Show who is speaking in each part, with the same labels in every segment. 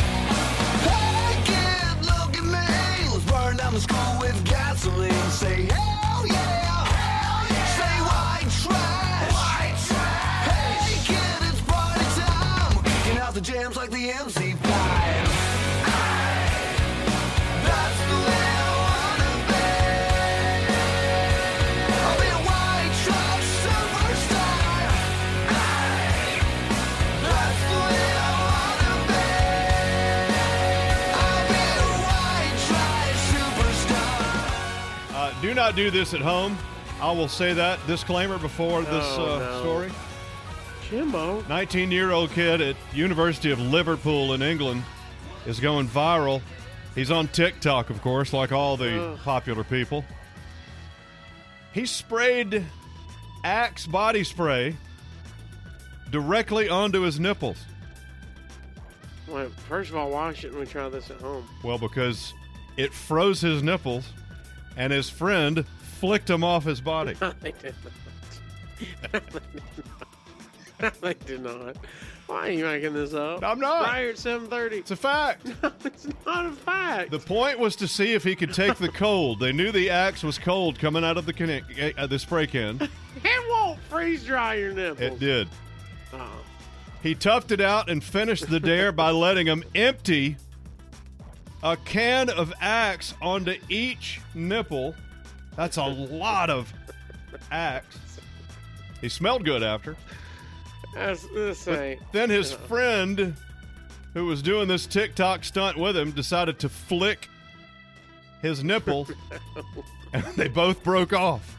Speaker 1: Hey kid, look at me. Let's burn down the school with gasoline. Say hell yeah. Hell yeah. Say white trash. White trash. Hey kid, it's party time. Kicking out the jams like the MC5. That's the way I wanna be. I'll be a white trash superstar. That's the way I wanna be. I'll be a white trash superstar.
Speaker 2: Uh, do not do this at home. I will say that disclaimer before this
Speaker 3: Oh,
Speaker 2: uh,
Speaker 3: no.
Speaker 2: story.
Speaker 3: Jimbo.
Speaker 2: 19 year old kid at University of Liverpool in England is going viral. He's on TikTok, of course, like all the
Speaker 3: Ugh.
Speaker 2: popular people. He sprayed Axe body spray directly onto his nipples.
Speaker 3: Well, first of all, why shouldn't we try this at home?
Speaker 2: Well, because it froze his nipples and his friend flicked him off his body.
Speaker 3: they did not. they did not. Why are you making this up?
Speaker 2: I'm not.
Speaker 3: Prior at 7:30.
Speaker 2: It's a fact.
Speaker 3: it's not a fact.
Speaker 2: The point was to see if he could take the cold. They knew the axe was cold coming out of the can- uh, the spray can.
Speaker 3: it won't freeze dry your nipples.
Speaker 2: It did.
Speaker 3: Oh.
Speaker 2: He toughed it out and finished the dare by letting him empty a can of axe onto each nipple. That's a lot of axe. He smelled good after.
Speaker 3: That's this ain't.
Speaker 2: Then his friend, who was doing this TikTok stunt with him, decided to flick his nipple, and they both broke off.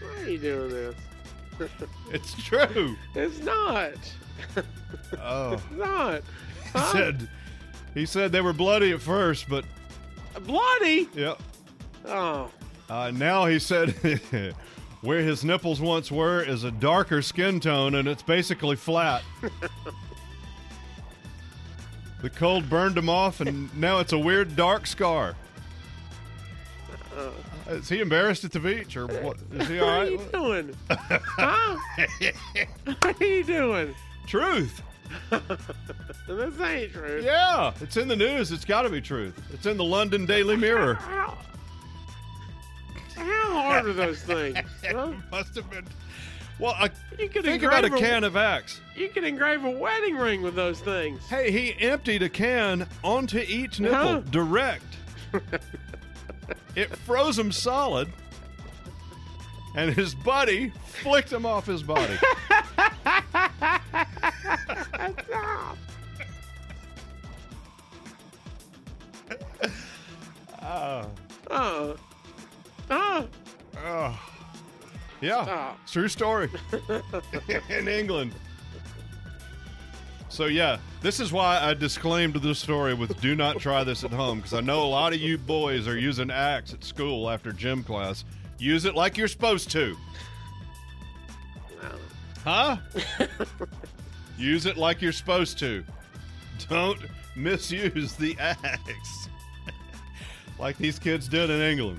Speaker 3: Why are you doing this?
Speaker 2: It's true.
Speaker 3: It's not.
Speaker 2: Oh,
Speaker 3: Not.
Speaker 2: he
Speaker 3: Huh?
Speaker 2: said he said they were bloody at first, but
Speaker 3: bloody.
Speaker 2: yep.
Speaker 3: Oh,
Speaker 2: Uh, now he said where his nipples once were is a darker skin tone, and it's basically flat. the cold burned him off, and now it's a weird dark scar. Is he embarrassed at the beach, or what? Is he all
Speaker 3: what are you
Speaker 2: right?
Speaker 3: doing? huh? what are you doing?
Speaker 2: Truth.
Speaker 3: This ain't true.
Speaker 2: Yeah, it's in the news. It's got to be truth. It's in the London Daily Mirror.
Speaker 3: How, how hard are those things? huh?
Speaker 2: Must have been. Well, I,
Speaker 3: You could
Speaker 2: think about
Speaker 3: engrave
Speaker 2: a can of axe.
Speaker 3: You can engrave a wedding ring with those things.
Speaker 2: Hey, he emptied a can onto each nipple,
Speaker 3: Huh?
Speaker 2: direct. it froze him solid, and his buddy flicked him off his body.
Speaker 3: Oh. Oh.
Speaker 2: Ugh. yeah,
Speaker 3: Stop.
Speaker 2: true story. In England. So yeah, this is why I disclaimed this story with "Do not try this at home" because I know a lot of you boys are using axe at school after gym class. Use it like you're supposed to.
Speaker 3: No.
Speaker 2: Huh? Use it like you're supposed to. Don't misuse the axe. like these kids did in England.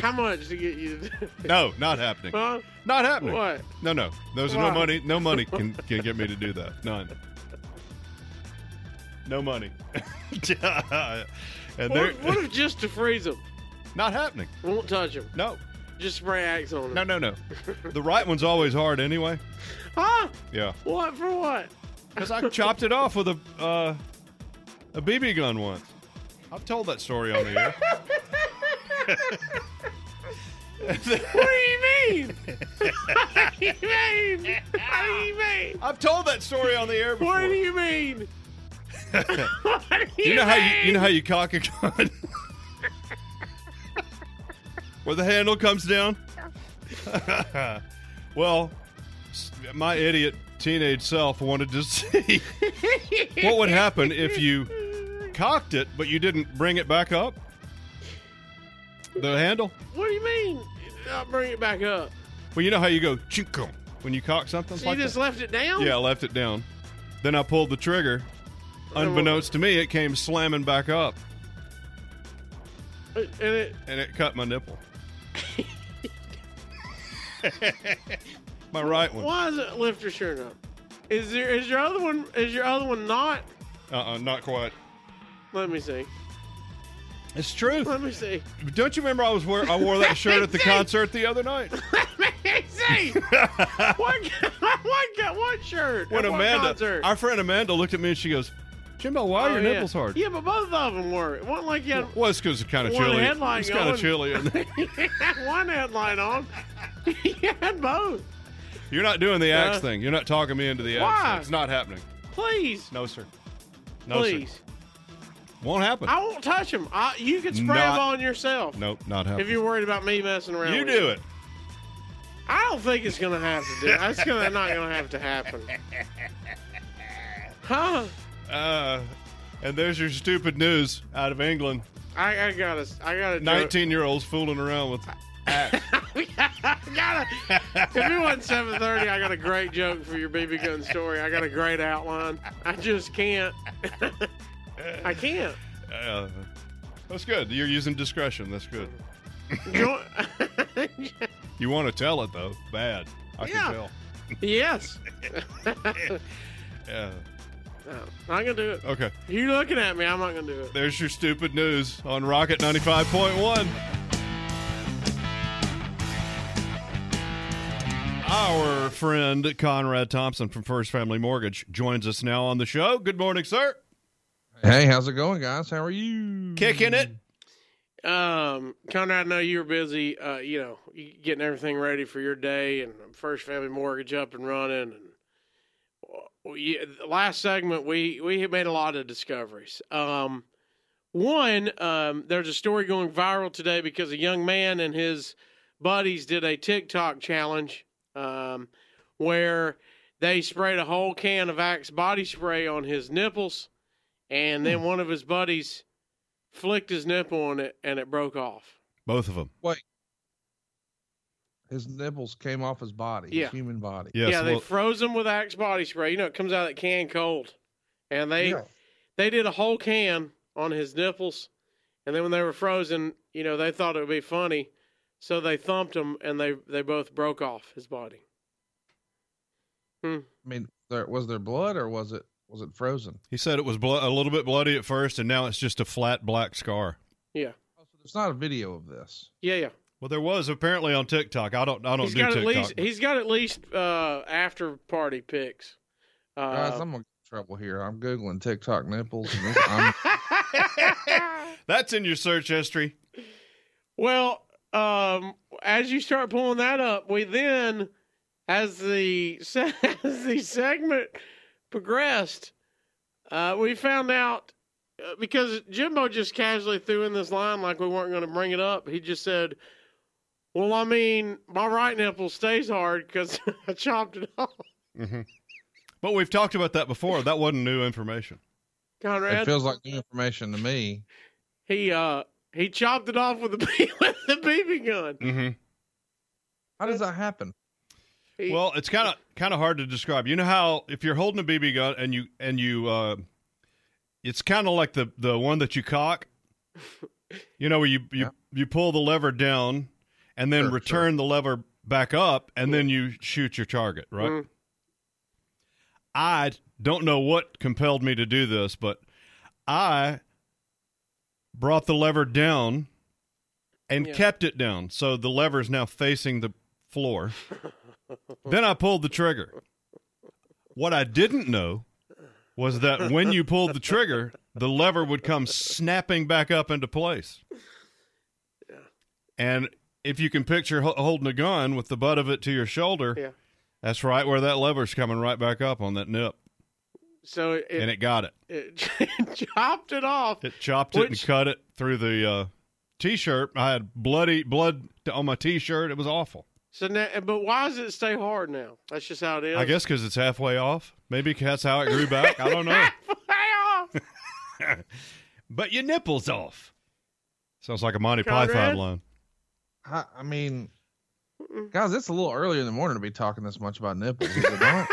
Speaker 3: How much to get you to do it?
Speaker 2: No, not happening.
Speaker 3: Huh?
Speaker 2: Not happening.
Speaker 3: What?
Speaker 2: No, no. Those are
Speaker 3: Why?
Speaker 2: no money. No money can, can get me to do that. None. No money. and they're
Speaker 3: What, what if just to freeze them?
Speaker 2: not happening.
Speaker 3: Won't touch them.
Speaker 2: No.
Speaker 3: Just spray axe on them.
Speaker 2: No, no, no. The right one's always hard anyway.
Speaker 3: Huh?
Speaker 2: Yeah.
Speaker 3: What for what?
Speaker 2: Because I chopped it off with a uh, a BB gun once. I've told that story on the air.
Speaker 3: What do you mean? what do you mean? What do you mean?
Speaker 2: I've told that story on the air before.
Speaker 3: What do you mean? what do you,
Speaker 2: You know how you, you
Speaker 3: mean?
Speaker 2: know how you cock a gun, where the handle comes down. well, s- my idiot teenage self wanted to see what would happen if you cocked it, but you didn't bring it back up. The handle.
Speaker 3: What do you mean? I'll bring it back up.
Speaker 2: Well, you know how you go chinkum when you cock something
Speaker 3: So
Speaker 2: like
Speaker 3: you just
Speaker 2: that?
Speaker 3: left it down?
Speaker 2: yeah, I left it down. Then I pulled the trigger. Unbeknownst to me, it came slamming back up
Speaker 3: Uh, And it,
Speaker 2: and it cut my nipple. my right one.
Speaker 3: why is it lift your shirt up? Is there is your other one is your other one not?
Speaker 2: Uh-uh, not quite.
Speaker 3: Let me see.
Speaker 2: It's true.
Speaker 3: Let me see.
Speaker 2: Don't you remember I was wear I wore that shirt at the concert the other night?
Speaker 3: Let me see. what what what shirt?
Speaker 2: When
Speaker 3: at what
Speaker 2: Amanda,
Speaker 3: concert?
Speaker 2: our friend Amanda, looked at me and she goes, "Jimbo, why are
Speaker 3: Oh,
Speaker 2: your
Speaker 3: yeah.
Speaker 2: nipples hard?"
Speaker 3: Yeah, but both of them were. It wasn't like you had
Speaker 2: Well, it's because it's kind of
Speaker 3: One
Speaker 2: chilly.
Speaker 3: headline
Speaker 2: It's kind of
Speaker 3: going.
Speaker 2: chilly. in there.
Speaker 3: you had one headline on. you had both.
Speaker 2: You're not doing the axe
Speaker 3: Uh,
Speaker 2: thing. You're not talking me into the axe.
Speaker 3: Why?
Speaker 2: Thing. It's not happening.
Speaker 3: Please,
Speaker 2: No, sir. No,
Speaker 3: please.
Speaker 2: sir. Won't happen.
Speaker 3: I won't touch them. I, you can spray
Speaker 2: Not-
Speaker 3: them on yourself
Speaker 2: nope, not
Speaker 3: if
Speaker 2: happening.
Speaker 3: you're worried about me messing around.
Speaker 2: you
Speaker 3: with
Speaker 2: do it.
Speaker 3: I don't think it's gonna have to do. It's gonna not gonna have to happen. Huh?
Speaker 2: Uh, and there's your stupid news out of England.
Speaker 3: I, I gotta. I gotta. do it.
Speaker 2: 19 year olds fooling around with.
Speaker 3: I gotta. If it wasn't seven thirty, I got a great joke for your BB gun story. I got a great outline. I just can't. I can't.
Speaker 2: Uh, that's good. You're using discretion. That's good.
Speaker 3: Go-
Speaker 2: You want to tell it though, bad. I
Speaker 3: Yeah.
Speaker 2: can tell.
Speaker 3: yes.
Speaker 2: Yeah.
Speaker 3: No, I'm gonna do it.
Speaker 2: Okay.
Speaker 3: You looking at me? I'm not gonna do it.
Speaker 2: There's your stupid news on Rocket 95.1. Our friend Conrad Thompson from First Family Mortgage joins us now on the show. Good morning, sir.
Speaker 4: Hey, how's it going, guys? How are you?
Speaker 2: Kicking it.
Speaker 3: Mm. Um, Conrad, I know you were busy. Uh, you know, you getting everything ready for your day and first family mortgage up and running. And well, yeah, the last segment, we we had made a lot of discoveries. Um, one, um, there's a story going viral today because a young man and his buddies did a TikTok challenge um, where they sprayed a whole can of Axe body spray on his nipples, and then one of his buddies flicked his nipple on it and it broke off.
Speaker 2: Both of them.
Speaker 4: His nipples came off his body,
Speaker 3: Yeah.
Speaker 4: his human body.
Speaker 2: Yes.
Speaker 3: yeah, they
Speaker 2: well,
Speaker 3: froze them with Axe body spray. You know, it comes out of that can cold, and they
Speaker 4: Yeah.
Speaker 3: they did a whole can on his nipples, and then when they were frozen, you know, they thought it would be funny, so they thumped him, and they they both broke off his body.
Speaker 4: I mean, there, was there blood or was it was it frozen?
Speaker 2: he said it was blo- a little bit bloody at first, and now it's just a flat black scar.
Speaker 4: Oh, so there's not a video of this.
Speaker 3: Yeah, yeah.
Speaker 2: Well, there was apparently on TikTok. I don't. I don't
Speaker 3: He's
Speaker 2: do
Speaker 3: got
Speaker 2: TikTok.
Speaker 3: at least he's got at least uh, after party pics.
Speaker 4: guys,
Speaker 3: Uh,
Speaker 4: I'm gonna get in trouble here. I'm googling TikTok nipples. And this, I'm,
Speaker 2: That's in your search history.
Speaker 3: Well, um, as you start pulling that up, we then, as the se- as the segment progressed, uh, we found out uh, because Jimbo just casually threw in this line like we weren't going to bring it up. He just said, "Well, I mean, my right nipple stays hard because I chopped it off."
Speaker 4: Mm-hmm.
Speaker 2: hmm But we've talked about that before. That wasn't new information.
Speaker 4: it
Speaker 3: Conrad,
Speaker 4: feels like new information to me.
Speaker 3: he uh, he chopped it off with a B- with the BB gun.
Speaker 2: Mm-hmm.
Speaker 4: How does that happen?
Speaker 3: He-
Speaker 2: Well, it's kind of kind of hard to describe. You know how if you're holding a BB gun and you and you, uh, it's kind of like the the one that you cock. You know where you you
Speaker 4: Yeah.
Speaker 2: you pull the lever down and then
Speaker 4: Sure,
Speaker 2: return the lever back up and then you shoot your target, right?
Speaker 3: Mm.
Speaker 2: I don't know what compelled me to do this, but I brought the lever down and
Speaker 3: Yeah.
Speaker 2: kept it down. So the lever is now facing the floor. then I pulled the trigger. What I didn't know was that when you pulled the trigger, the lever would come snapping back up into place. And if you can picture ho- holding a gun with the butt of it to your shoulder,
Speaker 3: Yeah.
Speaker 2: that's right where that lever's coming right back up on that nip.
Speaker 3: So it,
Speaker 2: and
Speaker 3: it,
Speaker 2: it got it.
Speaker 3: chopped it off.
Speaker 2: It chopped it and
Speaker 3: Which-
Speaker 2: cut it through the uh, t-shirt. I had bloody blood t- on my t-shirt. It was awful.
Speaker 3: So now, eh, but why does it stay hard now? That's just how it is.
Speaker 2: I guess because it's halfway off. Maybe that's how it grew back. I don't know.
Speaker 3: Playoff.
Speaker 2: But your nipples off. Sounds like a Monty
Speaker 3: Conrad?
Speaker 2: Python line.
Speaker 4: I, I mean,
Speaker 3: Mm-mm.
Speaker 4: Guys, it's a little early in the morning to be talking this much about nipples. is it not?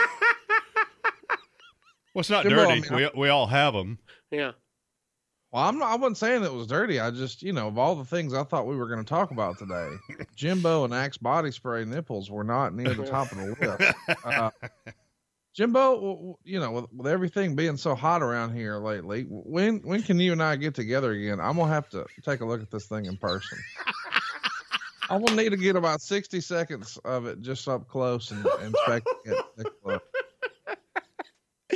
Speaker 2: Well, it's not
Speaker 4: Yeah, well, I
Speaker 2: dirty.
Speaker 4: mean,
Speaker 2: we, we all have them.
Speaker 3: Yeah.
Speaker 4: Well, I'm not, I wasn't saying it was dirty. I just, you know, of all the things I thought we were going to talk about today, Jimbo and Axe body spray nipples were not near the top of the list. Uh, Jimbo, w- w- you know, with, with everything being so hot around here lately, w- when when can you and I get together again? I'm gonna have to take a look at this thing in person. I will need to get about 60 seconds of it just up close and inspect it. Take a look.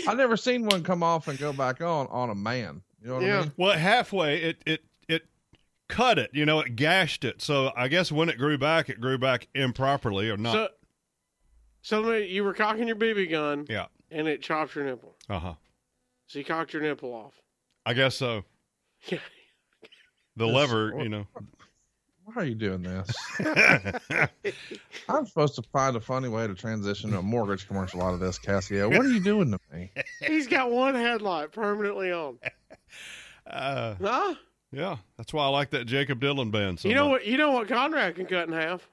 Speaker 4: I never seen one come off and go back on on a man. You know what
Speaker 3: Yeah.
Speaker 4: I mean?
Speaker 2: Well, halfway it it it cut it. You know, it gashed it. So I guess when it grew back, it grew back improperly or not.
Speaker 3: So, so let me- you were cocking your BB gun.
Speaker 2: Yeah.
Speaker 3: And it chopped your nipple.
Speaker 2: uh huh.
Speaker 3: So you cocked your nipple off.
Speaker 2: I guess so.
Speaker 3: Yeah.
Speaker 2: The
Speaker 4: Yes.
Speaker 2: lever, you know.
Speaker 4: Why are you doing this? I'm supposed to find a funny way to transition to a mortgage commercial out of this, Cassio. What are you doing to me?
Speaker 3: He's got one headlight permanently on.
Speaker 2: uh,
Speaker 3: Huh?
Speaker 2: yeah, that's why I like that Jacob Dylan band. So
Speaker 3: you know
Speaker 2: much.
Speaker 3: what? You know what? Conrad can cut in half.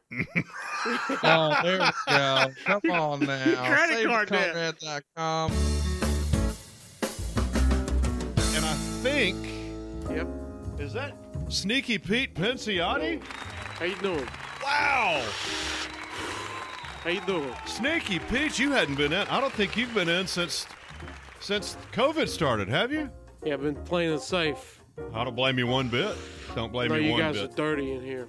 Speaker 4: Oh, there we go. Come on now.
Speaker 3: Credit card debt.
Speaker 4: Conrad.com.
Speaker 2: And I think
Speaker 3: Yep.
Speaker 2: is that Sneaky Pete Pinciotti.
Speaker 3: How you doing?
Speaker 2: Wow,
Speaker 3: How you doing?
Speaker 2: Sneaky Pete, you hadn't been in. I don't think you've been in since since COVID started, have you?
Speaker 3: Yeah, I've been playing it safe.
Speaker 2: I don't blame you one bit. Don't blame
Speaker 3: no,
Speaker 2: you
Speaker 3: you
Speaker 2: one
Speaker 3: guys
Speaker 2: bit.
Speaker 3: are dirty in here.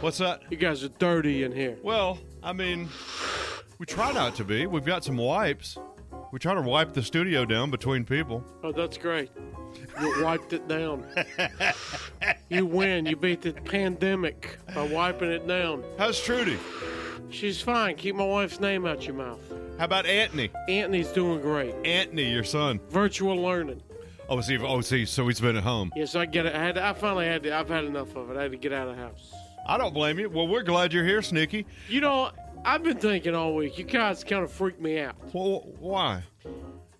Speaker 2: What's that?
Speaker 3: You guys are dirty in here.
Speaker 2: Well, I mean, we try not to be. We've got some wipes. We try to wipe the studio down between people.
Speaker 3: Oh, that's great. You wiped it down. you win. You beat the pandemic by wiping it down.
Speaker 2: How's Trudy?
Speaker 3: She's fine. Keep my wife's name out your mouth.
Speaker 2: How about Anthony?
Speaker 3: Anthony's doing great.
Speaker 2: Anthony, your son.
Speaker 3: Virtual learning.
Speaker 2: Oh, see, oh, see, so he's been at home.
Speaker 3: Yes, I get it. I, had I finally had to. I've had enough of it. I had to get out of the house.
Speaker 2: I don't blame you. Well, we're glad you're here, Sneaky.
Speaker 3: You know, I've been thinking all week. You guys kind of freaked me out.
Speaker 2: Well, why?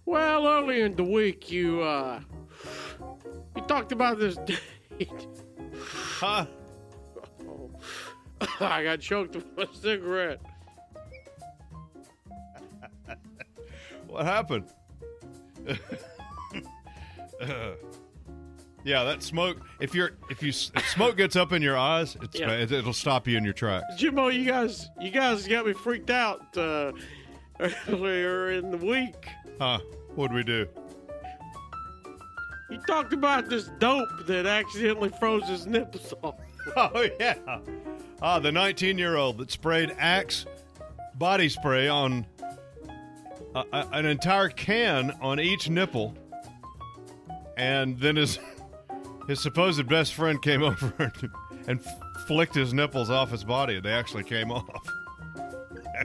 Speaker 3: Well, earlier in the week, you uh, you talked about this.
Speaker 2: Huh?
Speaker 3: I got choked with a cigarette.
Speaker 2: What happened? Uh, yeah, that smoke. If you're if you s- if smoke gets up in your eyes, it's
Speaker 3: Yeah.
Speaker 2: bad. it'll stop you in your tracks.
Speaker 3: Jimbo, you guys, you guys got me freaked out uh, earlier in the week.
Speaker 2: Huh? What'd we do?
Speaker 3: You talked about this dope that accidentally froze his nipples off.
Speaker 2: Oh yeah. Ah, the 19-year-old that sprayed Axe body spray on a, a- an entire can on each nipple, and then his his supposed best friend came over and, and flicked his nipples off his body, and they actually came off.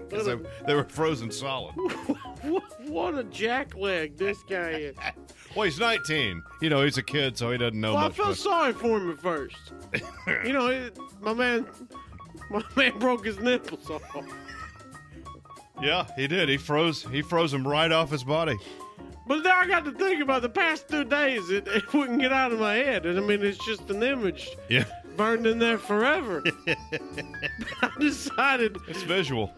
Speaker 2: 'Cause they, they were frozen solid.
Speaker 3: What, what a jackleg this guy is.
Speaker 2: Well, he's 19. You know, he's a kid, so he doesn't know
Speaker 3: Well, I
Speaker 2: much.
Speaker 3: felt
Speaker 2: but-
Speaker 3: sorry for him at first. you know, it, my man, my man broke his nipples off.
Speaker 2: yeah, he did. He froze. He froze him right off his body.
Speaker 3: But now I got to think about the past two days. It, it wouldn't get out of my head, and I mean, it's just an image
Speaker 2: Yeah,
Speaker 3: burned in there forever. I decided,
Speaker 2: it's visual.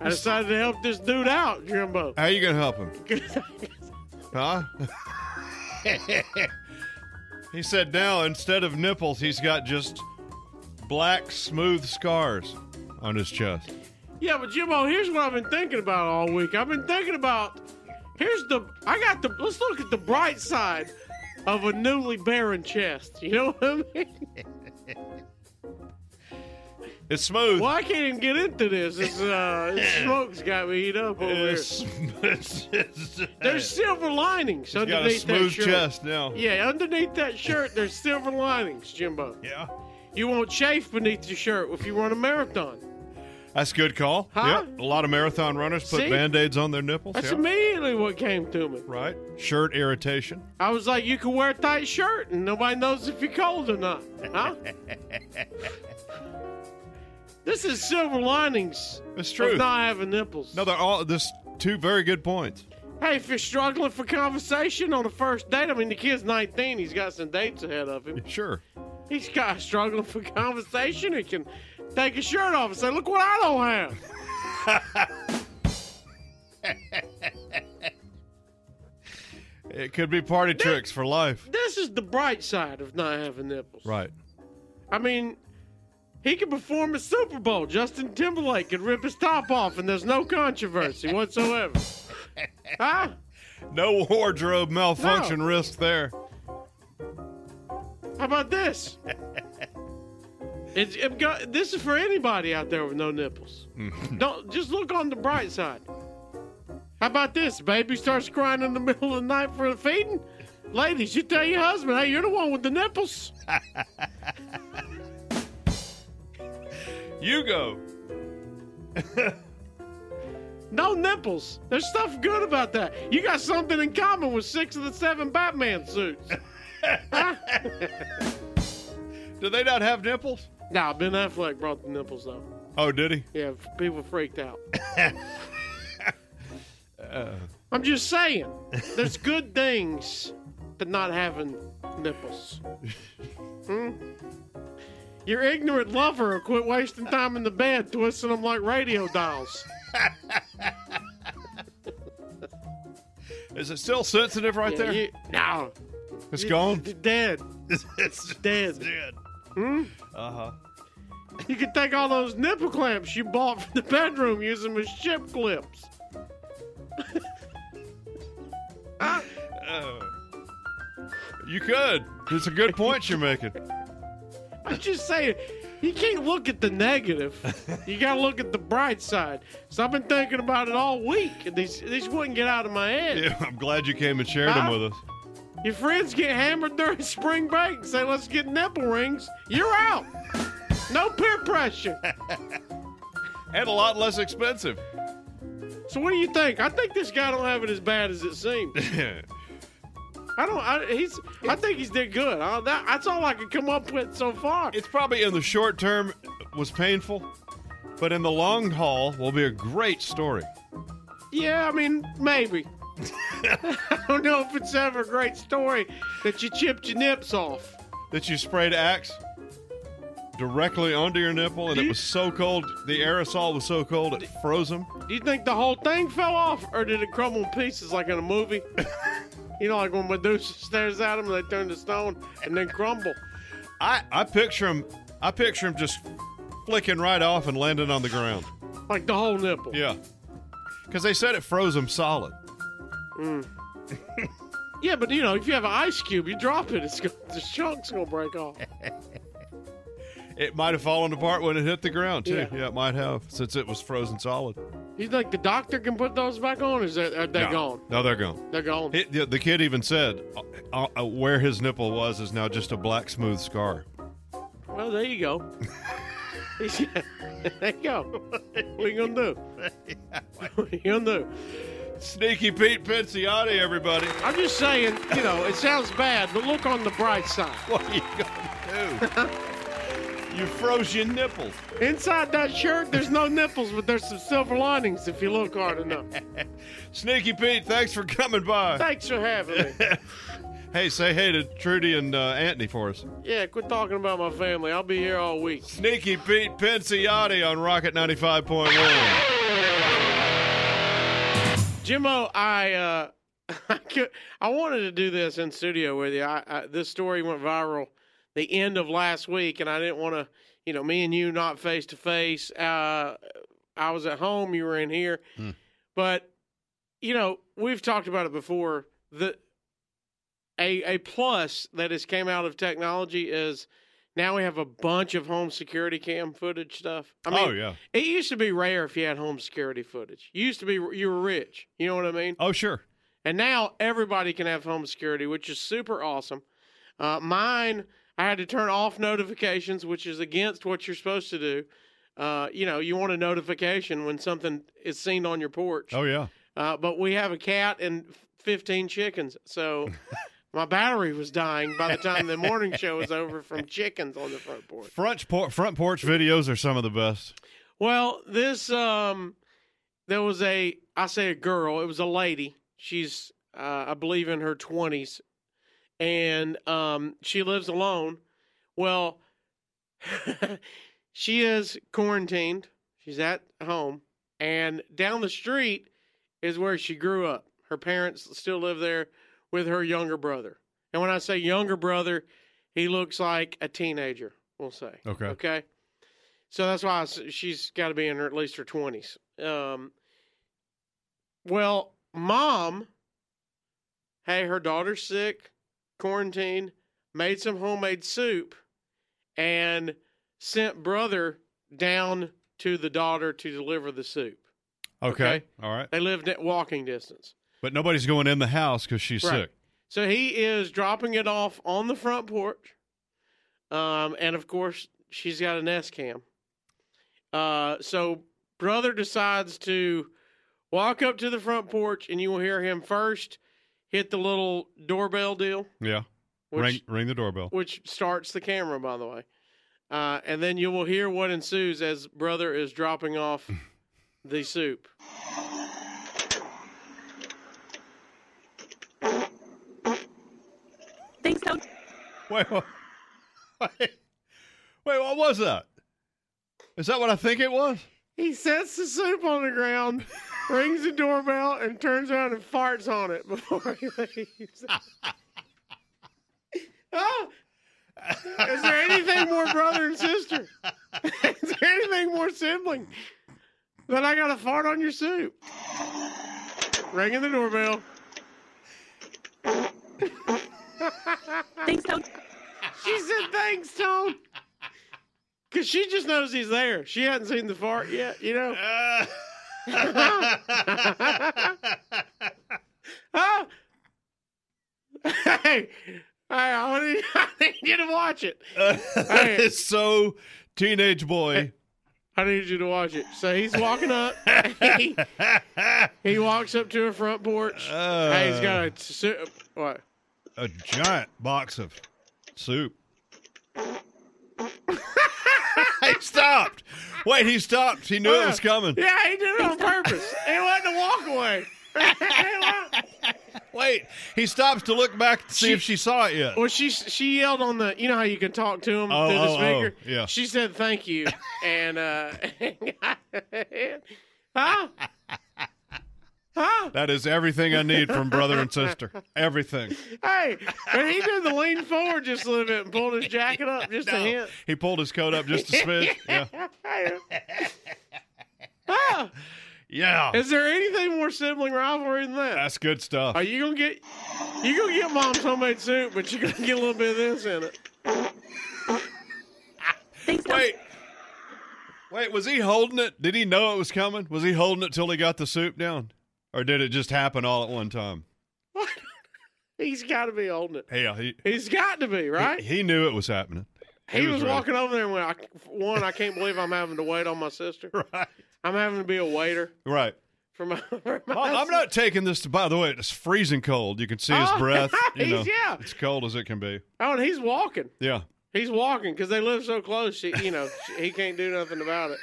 Speaker 3: I decided to help this dude out, Jimbo.
Speaker 2: How you gonna help him? Huh? he said now instead of nipples, he's got just black, smooth scars on his chest.
Speaker 3: Yeah, but Jimbo, here's what I've been thinking about all week. I've been thinking about here's the I got the let's look at the bright side of a newly barren chest. You know what I mean?
Speaker 2: It's smooth.
Speaker 3: Well, I can't even get into this. It's, uh, this smoke's got me heat up over here.
Speaker 2: It's, it's, it's,
Speaker 3: There's silver linings
Speaker 2: he's got
Speaker 3: underneath
Speaker 2: a smooth
Speaker 3: that shirt.
Speaker 2: chest now.
Speaker 3: Yeah, underneath that shirt, there's silver linings, Jimbo.
Speaker 2: Yeah.
Speaker 3: You won't chafe beneath your shirt if you run a marathon.
Speaker 2: That's a good call.
Speaker 3: Huh?
Speaker 2: Yep. A lot of marathon runners put
Speaker 3: See?
Speaker 2: band-aids on their nipples.
Speaker 3: That's
Speaker 2: yeah.
Speaker 3: immediately what came to me.
Speaker 2: Right. Shirt irritation.
Speaker 3: I was like, you can wear a tight shirt and nobody knows if you're cold or not. Huh? this is silver linings
Speaker 2: It's
Speaker 3: of
Speaker 2: true.
Speaker 3: not having nipples.
Speaker 2: No, they're all this two very good points.
Speaker 3: hey, if you're struggling for conversation on the first date, I mean, the kid's 19, he's got some dates ahead of him.
Speaker 2: Sure.
Speaker 3: He's got struggling for conversation. He can take his shirt off and say, "Look what I don't have."
Speaker 2: It could be party tricks for life.
Speaker 3: This is the bright side of not having nipples.
Speaker 2: Right.
Speaker 3: I mean, he could perform a Super Bowl. Justin Timberlake could rip his top off, and there's no controversy whatsoever. huh?
Speaker 2: No wardrobe malfunction
Speaker 3: No.
Speaker 2: risk there.
Speaker 3: How about this? It's, it got, this is for anybody out there with no nipples. Don't just look on the bright side. How about this? Baby starts crying in the middle of the night for the feeding. Ladies, you tell your husband, "Hey, you're the one with the nipples."
Speaker 2: You go.
Speaker 3: No nipples. There's stuff good about that. You got something in common with six of the seven Batman suits.
Speaker 2: Do they not have nipples?
Speaker 3: Nah, Ben Affleck brought the nipples though.
Speaker 2: Oh, did he?
Speaker 3: Yeah, f- people freaked out. I'm just saying, there's good things to not having nipples. Hmm? Your ignorant lover will quit wasting time in the bed twisting them like radio dials.
Speaker 2: Is it still sensitive right
Speaker 3: Yeah,
Speaker 2: there?
Speaker 3: you- no,
Speaker 2: it's
Speaker 3: You-
Speaker 2: gone.
Speaker 3: you're dead.
Speaker 2: it's
Speaker 3: dead.
Speaker 2: dead.
Speaker 3: Hmm?
Speaker 2: Uh huh.
Speaker 3: You can take all those nipple clamps you bought from the bedroom, use them as ship clips.
Speaker 2: Uh, you could. It's a good point you're making.
Speaker 3: I'm just saying, you can't look at the negative. You gotta look at the bright side. So I've been thinking about it all week, and these these wouldn't get out of my head.
Speaker 2: Yeah, I'm glad you came and shared them
Speaker 3: Huh?
Speaker 2: with us.
Speaker 3: Your friends get hammered during spring break and say, "Let's get nipple rings." You're out. No peer pressure.
Speaker 2: And a lot less expensive.
Speaker 3: So what do you think? I think this guy don't have it as bad as it seems. I don't. I, he's. I think he's did good. I, that, that's all I could come up with so far.
Speaker 2: it's probably in the short term was painful, but in the long haul will be a great story.
Speaker 3: Yeah, I mean, maybe. I don't know if it's ever a great story that you chipped your nips off.
Speaker 2: That you sprayed Axe directly onto your nipple, and it was so cold, the aerosol was so cold it froze them.
Speaker 3: Do you think the whole thing fell off, or did it crumble in pieces like in a movie? you know, like when Medusa stares at them and they turn to stone and then crumble.
Speaker 2: I I picture him. I picture him just flicking right off and landing on the ground.
Speaker 3: Like the whole nipple.
Speaker 2: Yeah, because they said it froze him solid.
Speaker 3: Yeah, but you know, if you have an ice cube, you drop it, it's gonna, the chunk's gonna break off.
Speaker 2: It might have fallen apart when it hit the ground too. Yeah,
Speaker 3: Yeah.
Speaker 2: it might have since it was frozen solid.
Speaker 3: You think the doctor can put those back on, or is that, are they
Speaker 2: no.
Speaker 3: gone?
Speaker 2: No, they're gone.
Speaker 3: They're gone.
Speaker 2: It, the, the kid even said uh, uh, where his nipple was is now just a black smooth scar.
Speaker 3: Well, there you go. there you go. What are you gonna do? What are you gonna do?
Speaker 2: Sneaky Pete Pinciotti, everybody.
Speaker 3: I'm just saying, you know, it sounds bad, but look on the bright side.
Speaker 2: What are you gonna do? you froze your nipples.
Speaker 3: Inside that shirt, there's no nipples, but there's some silver linings if you look hard enough.
Speaker 2: Sneaky Pete, thanks for coming by.
Speaker 3: Thanks for having me.
Speaker 2: Hey, say hey to Trudy and uh, Anthony for us.
Speaker 3: Yeah, quit talking about my family. I'll be here all week.
Speaker 2: Sneaky Pete Pinciotti on Rocket 95.1.
Speaker 3: Jimmo, I uh, I, could, I wanted to do this in studio with you. I, I, this story went viral the end of last week, and I didn't want to, you know, me and you not face to face. Uh, I was at home, you were in here,
Speaker 2: Hmm.
Speaker 3: but you know, we've talked about it before. The a a plus that has came out of technology is now we have a bunch of home security cam footage stuff. I mean,
Speaker 2: oh, yeah.
Speaker 3: it used to be rare if you had home security footage. You used to be you were rich. You know what I mean?
Speaker 2: Oh, sure.
Speaker 3: And now everybody can have home security, which is super awesome. Uh, mine, I had to turn off notifications, which is against what you're supposed to do. Uh, you know, you want a notification when something is seen on your porch.
Speaker 2: Oh, yeah.
Speaker 3: Uh, but we have a cat and 15 chickens, so my battery was dying by the time the morning show was over from chickens on the front porch.
Speaker 2: Front, por- front porch videos are some of the best.
Speaker 3: Well, this um, there was a I say a girl. It was a lady. She's uh, I believe in her twenties, and um, she lives alone. Well, she is quarantined. She's at home, and down the street is where she grew up. Her parents still live there with her younger brother. And when I say younger brother, he looks like a teenager. We'll say.
Speaker 2: Okay.
Speaker 3: Okay. So that's why I s- she's got to be in her, at least her 20s. Um, well, mom, hey, her daughter's sick, quarantine, made some homemade soup, and sent brother down to the daughter to deliver the soup.
Speaker 2: Okay.
Speaker 3: Okay.
Speaker 2: All right.
Speaker 3: They lived at walking distance.
Speaker 2: But nobody's going in the house because she's
Speaker 3: Right.
Speaker 2: sick.
Speaker 3: So he is dropping it off on the front porch. Um, and of course, she's got an S cam. Uh, so brother decides to walk up to the front porch, and you will hear him first hit the little doorbell deal,
Speaker 2: Yeah.
Speaker 3: which,
Speaker 2: ring ring the doorbell.
Speaker 3: which starts the camera, by the way. Uh, and then you will hear what ensues as brother is dropping off the soup.
Speaker 5: Thanks, Coach.
Speaker 2: Wait, what? wait. Wait, what was that? Is that what I think it was?
Speaker 3: He sets the soup on the ground, rings the doorbell, and turns around and farts on it before he leaves. oh, is there anything more brother and sister? is there anything more sibling than I got to fart on your soup? Ringing the doorbell.
Speaker 5: Thanks, Coach.
Speaker 3: She said, thanks, Tom. Because she just knows he's there. She hasn't seen the fart yet, you know? Huh? hey, hey, I need, I need you to watch it.
Speaker 2: that is so teenage boy.
Speaker 3: I need you to watch it. So he's walking up. he, he walks up to her front porch. hey, he's got a t- su- what?
Speaker 2: a giant box of soup. he stopped. Wait, he stopped. He knew it was coming.
Speaker 3: Yeah, he did it on purpose. he wanted to walk away.
Speaker 2: Wait, he stops to look back to see if she saw it yet.
Speaker 3: well, she she yelled on the. You know how you can talk to him
Speaker 2: Oh,
Speaker 3: through the
Speaker 2: oh, oh,
Speaker 3: speaker.
Speaker 2: yeah.
Speaker 3: She said thank you, and uh, huh? Huh?
Speaker 2: That is everything I need from brother and sister. Everything.
Speaker 3: Hey, but he did the lean forward just a little bit and pulled his jacket up just a hint.
Speaker 2: He pulled his coat up just a smidge. Yeah.
Speaker 3: Ah,
Speaker 2: Yeah.
Speaker 3: is there anything more sibling rivalry than that?
Speaker 2: That's good stuff.
Speaker 3: Are you gonna get you gonna get mom's homemade soup, but you're gonna get a little bit of this in it?
Speaker 5: Thanks, Coach.
Speaker 2: Wait. Wait, was he holding it? Did he know it was coming? Was he holding it till he got the soup down? Or did it just happen all at one time?
Speaker 3: He's got to be holding it.
Speaker 2: Yeah, he
Speaker 3: He's got to be right.
Speaker 2: He, he knew it was happening.
Speaker 3: He, was,
Speaker 2: ready.
Speaker 3: walking over there and went, I, "One, I can't believe I'm having to wait on my sister.
Speaker 2: Right.
Speaker 3: I'm having to be a waiter
Speaker 2: Right.
Speaker 3: for my." For my
Speaker 2: Well, Oh, I'm
Speaker 3: sister."
Speaker 2: not taking this. To, by the way, it's freezing cold. You can see his
Speaker 3: Oh,
Speaker 2: breath. You
Speaker 3: he's-
Speaker 2: know,
Speaker 3: yeah.
Speaker 2: it's cold as it can be.
Speaker 3: Oh, and he's walking.
Speaker 2: Yeah.
Speaker 3: He's walking because they live so close. She, you know, she, he can't do nothing about it.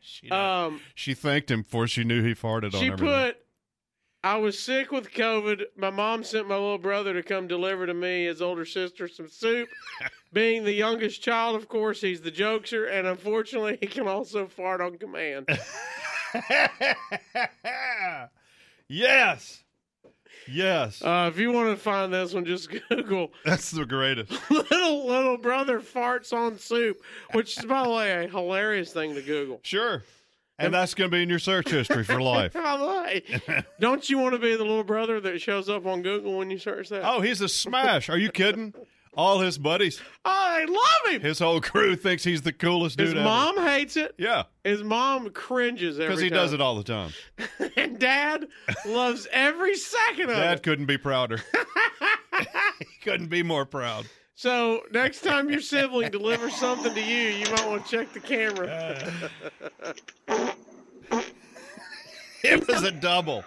Speaker 2: She,
Speaker 3: Um,
Speaker 2: she thanked him before she knew he farted on
Speaker 3: she
Speaker 2: everything.
Speaker 3: put, "I was sick with COVID. My mom sent my little brother to come deliver to me, his older sister, some soup. Being the youngest child, of course, he's the jokester, and unfortunately, he can also fart on command."
Speaker 2: yes. Yes.
Speaker 3: Uh, if you want to find this one, just Google
Speaker 2: That's the greatest.
Speaker 3: little little brother farts on soup, which is by the way a hilarious thing to Google.
Speaker 2: Sure. And that's going to be in your search history for life.
Speaker 3: By the way, don't you want to be the little brother that shows up on Google when you search that?
Speaker 2: Oh, he's a smash. Are you kidding? All his buddies,
Speaker 3: Oh, they love him.
Speaker 2: his whole crew thinks he's the coolest
Speaker 3: His
Speaker 2: dude ever.
Speaker 3: mom hates it.
Speaker 2: Yeah,
Speaker 3: His mom cringes every
Speaker 2: because he
Speaker 3: time.
Speaker 2: does it all the time.
Speaker 3: And dad loves every second of
Speaker 2: Dad
Speaker 3: it.
Speaker 2: couldn't be prouder. he couldn't be more proud.
Speaker 3: So next time your sibling delivers something to you, you might want to check the camera.
Speaker 2: It was a double.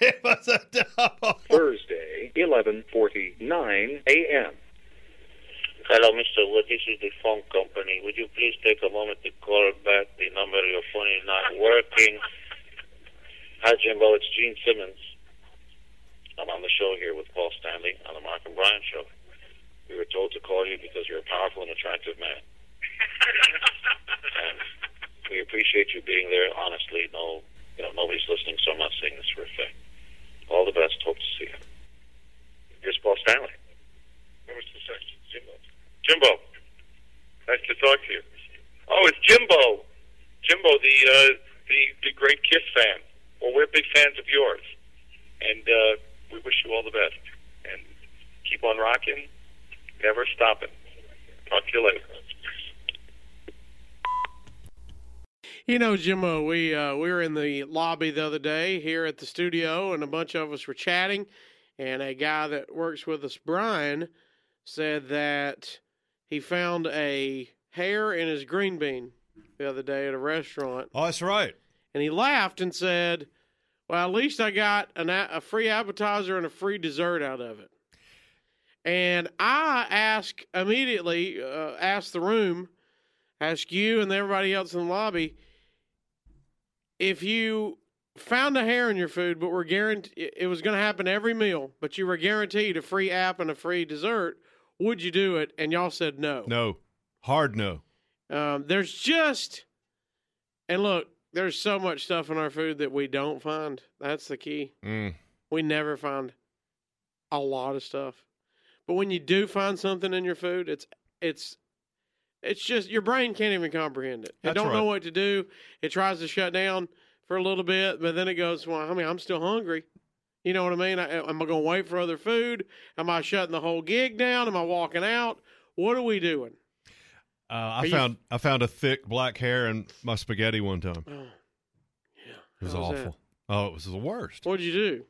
Speaker 2: It was a double.
Speaker 6: Thursday, 11:49 a.m.
Speaker 7: Hello, Mr. Wood. This is the phone company. Would you please take a moment to call back? The number of your phone is not working. Hi, Jimbo. It's Gene Simmons. I'm on the show here with Paul Stanley on the Mark and Brian show. We were told to call you because you're a powerful and attractive man. and we appreciate you being there. Honestly, no, you know, nobody's listening, so I'm not saying this for effect. All the best. Hope to see you. Here's Paul Stanley. What was the section? Jimbo. Jimbo. Nice to talk to you. Oh, it's Jimbo. Jimbo, the uh, the, the great Kiss fan. Well, we're big fans of yours, and uh, we wish you all the best. And keep on rocking, never stopping. Talk to you later.
Speaker 3: You know, Jimbo, we uh, we were in the lobby the other day here at the studio, and a bunch of us were chatting, and a guy that works with us, Brian, said that he found a hair in his green bean the other day at a restaurant,
Speaker 2: Oh, that's right.
Speaker 3: and he laughed and said, "Well, at least I got an, a a free appetizer and a free dessert out of it." And I ask immediately, uh, ask the room, ask you and everybody else in the lobby, if you found a hair in your food, but were guaranteed it was going to happen every meal, but you were guaranteed a free app and a free dessert, would you do it? And y'all said no.
Speaker 2: No, hard no.
Speaker 3: Um, there's just, and look, there's so much stuff in our food that we don't find. That's the key.
Speaker 2: Mm.
Speaker 3: We never find a lot of stuff, but when you do find something in your food, it's it's it's just your brain can't even comprehend it. It
Speaker 2: That's
Speaker 3: don't
Speaker 2: right.
Speaker 3: know what to do. It tries to shut down for a little bit, but then it goes, "Well, I mean, I'm still hungry." You know what I mean? I, am I going to wait for other food? Am I shutting the whole gig down? Am I walking out? What are we doing?
Speaker 2: Uh, I
Speaker 3: you-
Speaker 2: found I found a thick black hair in my spaghetti one time.
Speaker 3: Oh, yeah.
Speaker 2: It was
Speaker 3: How
Speaker 2: awful.
Speaker 3: that?
Speaker 2: Oh, it was the worst.
Speaker 3: What'd you do?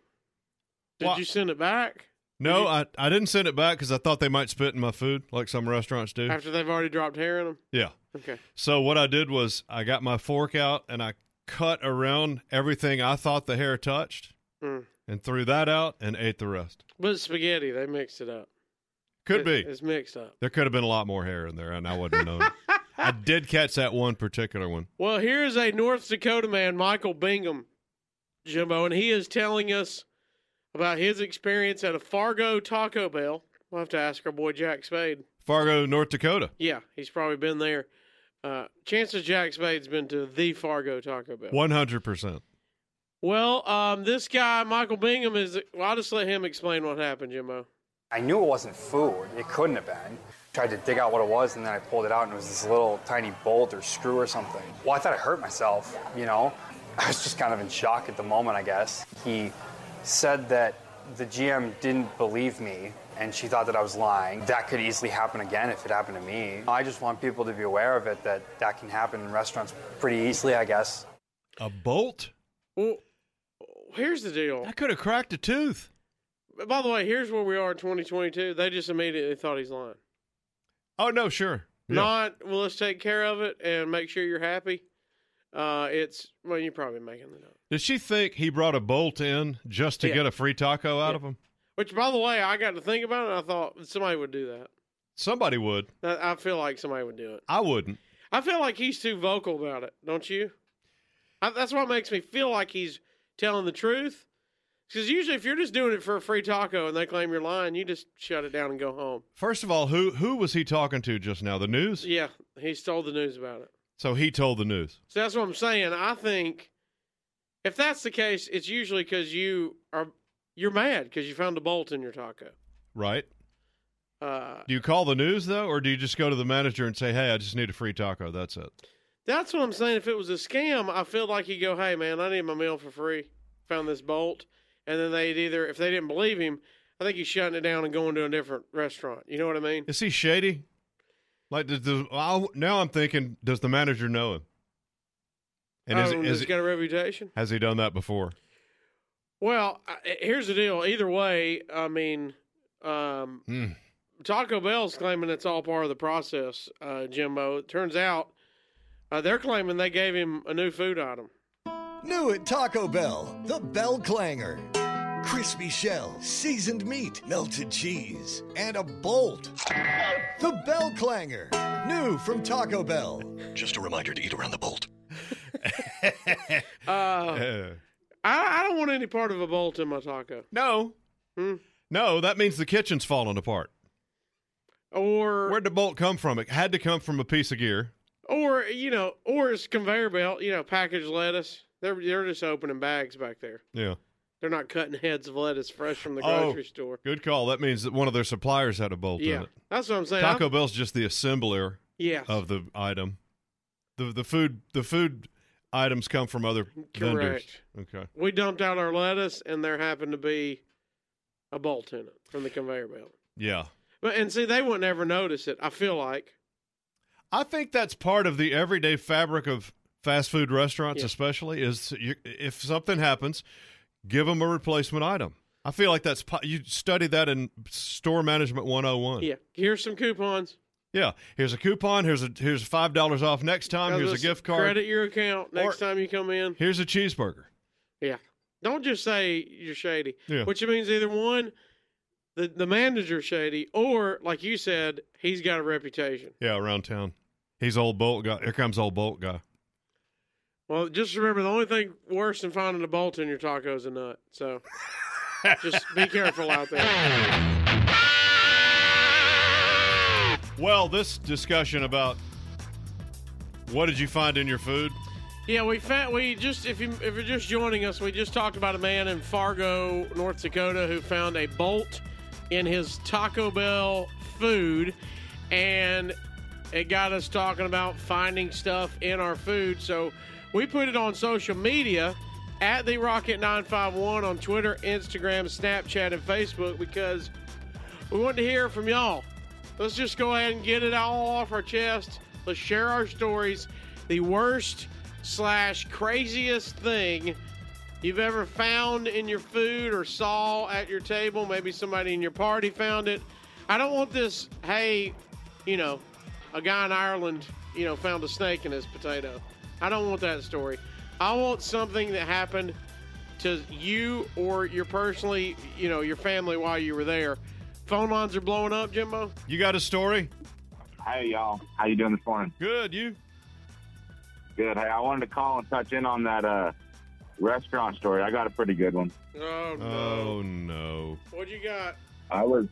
Speaker 3: Did
Speaker 2: What?
Speaker 3: you send it back
Speaker 2: No,
Speaker 3: you-
Speaker 2: I, I didn't send it back because I thought they might spit in my food like some restaurants do.
Speaker 3: after they've already dropped hair in them?
Speaker 2: yeah.
Speaker 3: Okay.
Speaker 2: So what I did was I got my fork out and I cut around everything I thought the hair touched
Speaker 3: Mm.
Speaker 2: and threw that out and ate the rest.
Speaker 3: But it's spaghetti, they mixed it up.
Speaker 2: Could
Speaker 3: It-
Speaker 2: be.
Speaker 3: It's mixed up.
Speaker 2: There could have been a lot more hair in there and I wouldn't have known. I did catch that one particular one.
Speaker 3: Well, here's a North Dakota man, Michael Bingham, Jimbo, and he is telling us about his experience at a Fargo Taco Bell. We'll have to ask our boy Jack Spade.
Speaker 2: Fargo, North Dakota.
Speaker 3: Yeah, he's probably been there. Uh, chances Jack Spade's been to the Fargo Taco Bell.
Speaker 2: 100%.
Speaker 3: Well, um, this guy, Michael Bingham, is. Well, I'll just let him explain what happened, Jimbo.
Speaker 8: I knew it wasn't food. It couldn't have been. Tried to dig out what it was, and then I pulled it out, and it was this little tiny bolt or screw or something. Well, I thought I hurt myself, you know? I was just kind of in shock at the moment, I guess. He said that the GM didn't believe me, and she thought that I was lying. That could easily happen again if it happened to me. I just want people to be aware of it that that can happen in restaurants pretty easily, I guess.
Speaker 2: A bolt?
Speaker 3: Well, here's the deal.
Speaker 2: I could have cracked a tooth.
Speaker 3: By the way, here's where we are in 2022. They just immediately thought he's lying.
Speaker 2: Oh, no, sure. Yeah.
Speaker 3: Not, well, let's take care of it and make sure you're happy. Uh, it's, well, you're probably making the note.
Speaker 2: Did she think he brought a bolt in just to
Speaker 3: Yeah.
Speaker 2: get a free taco out
Speaker 3: Yeah.
Speaker 2: of him?
Speaker 3: Which, by the way, I got to think about it. And I thought somebody would do that.
Speaker 2: Somebody would.
Speaker 3: That- I feel like somebody would do it.
Speaker 2: I wouldn't.
Speaker 3: I feel like he's too vocal about it, don't you? I, that's what makes me feel like he's telling the truth. Because usually, if you're just doing it for a free taco and they claim you're lying, you just shut it down and go home.
Speaker 2: First of all, who who was he talking to just now? The news?
Speaker 3: Yeah, he's told the news about it.
Speaker 2: So he told the news.
Speaker 3: So that's what I'm saying. I think if that's the case, it's usually because you are you're mad because you found a bolt in your taco.
Speaker 2: Right?
Speaker 3: Uh,
Speaker 2: Do you call the news though, or do you just go to the manager and say, "Hey, I just need a free taco"? That's it.
Speaker 3: that's what I'm saying. If it was a scam, I feel like you go, "Hey man, I need my meal for free. Found this bolt," and then they'd either if they didn't believe him, I think he's shutting it down and going to a different restaurant. You know what I mean?
Speaker 2: Is he shady? Like does the, i now I'm thinking, does the manager know him? And is,
Speaker 3: oh,
Speaker 2: is
Speaker 3: he's got a reputation.
Speaker 2: has he done that before?
Speaker 3: Well, I, eh, here's the deal. Either way, I mean, um,
Speaker 2: Hmm.
Speaker 3: Taco Bell's claiming it's all part of the process, uh, Jimbo. It turns out uh, they're claiming they gave him a new food item.
Speaker 1: New at Taco Bell, the Bell Clanger. Crispy shell, seasoned meat, melted cheese, and a bolt. The Bell Clanger. New from Taco Bell. Just a reminder to eat around the bolt.
Speaker 3: Uh,
Speaker 2: Eh.
Speaker 3: I, I don't want any part of a bolt in my taco.
Speaker 2: no,
Speaker 3: Hmm.
Speaker 2: no, that means the kitchen's falling apart.
Speaker 3: or
Speaker 2: Where'd the bolt come from? It had to come from a piece of gear.
Speaker 3: or you know, or it's conveyor belt. You know, packaged lettuce. They're they're just opening bags back there.
Speaker 2: Yeah.
Speaker 3: They're not cutting heads of lettuce fresh from the
Speaker 2: Oh.
Speaker 3: grocery store.
Speaker 2: Good call. That means that one of their suppliers had a bolt in
Speaker 3: Yeah,
Speaker 2: it.
Speaker 3: that's what I'm saying.
Speaker 2: Taco
Speaker 3: I'm-
Speaker 2: Bell's just the assembler
Speaker 3: yes,
Speaker 2: of the item. The the food the food items come from other vendors.
Speaker 3: Correct.
Speaker 2: Okay.
Speaker 3: we dumped out our lettuce, and there happened to be a bolt in it from the conveyor belt.
Speaker 2: Yeah.
Speaker 3: But and see, they wouldn't ever notice it. I feel like
Speaker 2: I think that's part of the everyday fabric of fast food restaurants,
Speaker 3: Yeah.
Speaker 2: especially is you, if something happens, give them a replacement item. I feel like that's po- you study that in store management 101.
Speaker 3: Yeah, here's some coupons.
Speaker 2: Yeah. Here's a coupon, here's a here's $5 off next time,
Speaker 3: Guys,
Speaker 2: here's a
Speaker 3: let's
Speaker 2: gift card.
Speaker 3: Credit your account next
Speaker 2: Or-
Speaker 3: time you come in.
Speaker 2: Here's a cheeseburger.
Speaker 3: Yeah, don't just say you're shady,
Speaker 2: Yeah.
Speaker 3: which means either one, the the manager's shady, or like you said, he's got a reputation.
Speaker 2: Yeah, around town. He's old bolt guy. Here comes old bolt guy.
Speaker 3: Well, just remember the only thing worse than finding a bolt in your taco is a nut. So just be careful out there.
Speaker 2: Well, this discussion about what did you find in your food?
Speaker 3: Yeah, we found we just if you if you're just joining us, we just talked about a man in Fargo, North Dakota, who found a bolt in his Taco Bell food, and it got us talking about finding stuff in our food. So we put it on social media at the Rocket Nine Five One on Twitter, Instagram, Snapchat, and Facebook because we want to hear from y'all. Let's just go ahead and get it all off our chest. Let's share our stories. The worst slash craziest thing you've ever found in your food or saw at your table. Maybe somebody in your party found it. I don't want this, hey, you know, a guy in Ireland, you know, found a snake in his potato. I don't want that story. I want something that happened to you or your personally, you know, your family while you were there. Phone lines are blowing up, Jimbo.
Speaker 2: You got a story?
Speaker 9: Hey y'all, how you doing this morning?
Speaker 2: Good, you?
Speaker 9: Good. Hey, I wanted to call and touch in on that uh, restaurant story. I got a pretty good one.
Speaker 3: Oh
Speaker 2: Oh no.
Speaker 3: What you got?
Speaker 9: I was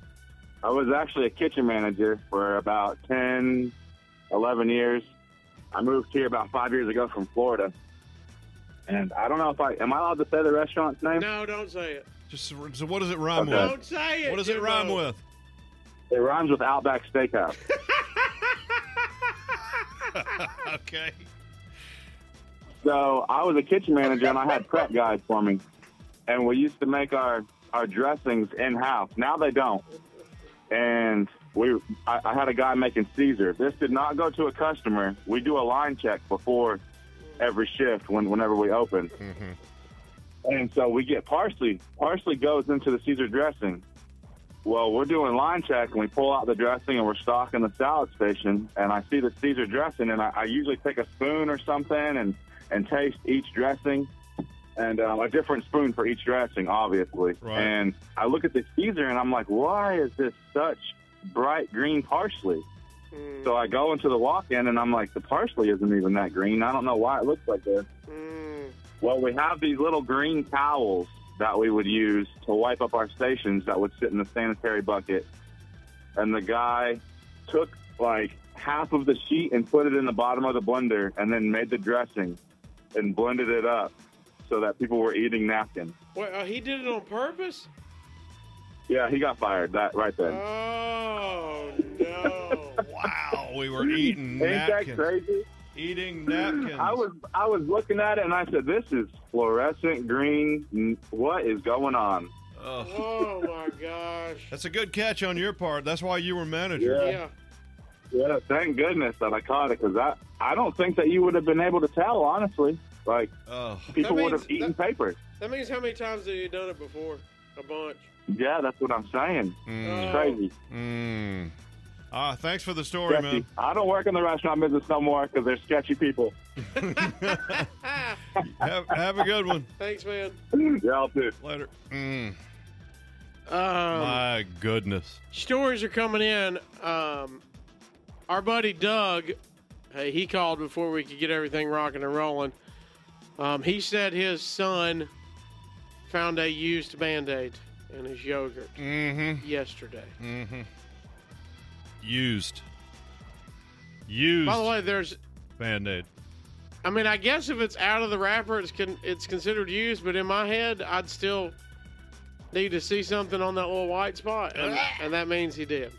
Speaker 9: I was actually a kitchen manager for about 10, 11 years. I moved here about five years ago from Florida, and I don't know if I am I allowed to say the restaurant's name.
Speaker 3: No, don't say it.
Speaker 2: Just so what does it rhyme
Speaker 9: Okay.
Speaker 2: with?
Speaker 3: Don't say it. Oh.
Speaker 2: What does it
Speaker 3: Jimbo.
Speaker 2: rhyme with?
Speaker 9: It rhymes with Outback Steakhouse.
Speaker 2: okay.
Speaker 9: So I was a kitchen manager and I had prep guys for me. And we used to make our, our dressings in house. Now they don't. And we I, I had a guy making Caesar. This did not go to a customer. We do a line check before every shift when whenever we open. And so we get parsley. Parsley goes into the Caesar dressing. Well, we're doing line check and we pull out the dressing and we're stocking the salad station. And I see the Caesar dressing and I, I usually take a spoon or something and, and taste each dressing and um, a different spoon for each dressing, obviously.
Speaker 2: Right.
Speaker 9: And I look at the Caesar and I'm like, why is this such bright green parsley?
Speaker 3: Mm,
Speaker 9: So I go into the walk in and I'm like, the parsley isn't even that green. I don't know why it looks like this.
Speaker 3: mm.
Speaker 9: Well, we have these little green towels that we would use to wipe up our stations that would sit in the sanitary bucket. And the guy took like half of the sheet and put it in the bottom of the blender and then made the dressing and blended it up so that people were eating napkins.
Speaker 3: Wait, uh, he did it on purpose?
Speaker 9: Yeah, he got fired that right then.
Speaker 3: Oh no!
Speaker 2: Wow, we were eating
Speaker 9: Ain't that
Speaker 2: napkins.
Speaker 9: crazy?
Speaker 2: Eating napkins.
Speaker 9: I was I was looking at it and I said, "This is fluorescent green. What is going on?"
Speaker 2: Ugh.
Speaker 3: oh my gosh!
Speaker 2: that's a good catch on your part. That's why you were manager.
Speaker 3: Yeah,
Speaker 9: Yeah, thank goodness that I caught it because I, I don't think that you would have been able to tell, honestly. Like,
Speaker 2: Ugh.
Speaker 9: people
Speaker 3: That
Speaker 9: would
Speaker 3: means-
Speaker 9: have eaten
Speaker 3: that-
Speaker 9: paper.
Speaker 3: that means how many times have you done it before? A bunch.
Speaker 9: Yeah, that's what I'm saying.
Speaker 2: Mm.
Speaker 3: Oh.
Speaker 9: Crazy.
Speaker 2: Mm. Ah, thanks for the story,
Speaker 9: Sketchy.
Speaker 2: man.
Speaker 9: I don't work in the restaurant business no more because they're sketchy people.
Speaker 3: Ah,
Speaker 2: Have, have a good one.
Speaker 3: thanks, man.
Speaker 9: Y'all too.
Speaker 2: Later. Mm.
Speaker 3: Um,
Speaker 2: My goodness.
Speaker 3: stories are coming in. Um, our buddy Doug, hey, he called before we could get everything rocking and rolling. Um, he said his son found a used band aid in his yogurt
Speaker 2: Mm-hmm.
Speaker 3: yesterday.
Speaker 2: Mm-hmm. Used. Used
Speaker 3: By the way, there's.
Speaker 2: band aid.
Speaker 3: I mean, I guess if it's out of the wrapper, it's con- it's considered used. But in my head, I'd still need to see something on that little white spot, and, and that means he did.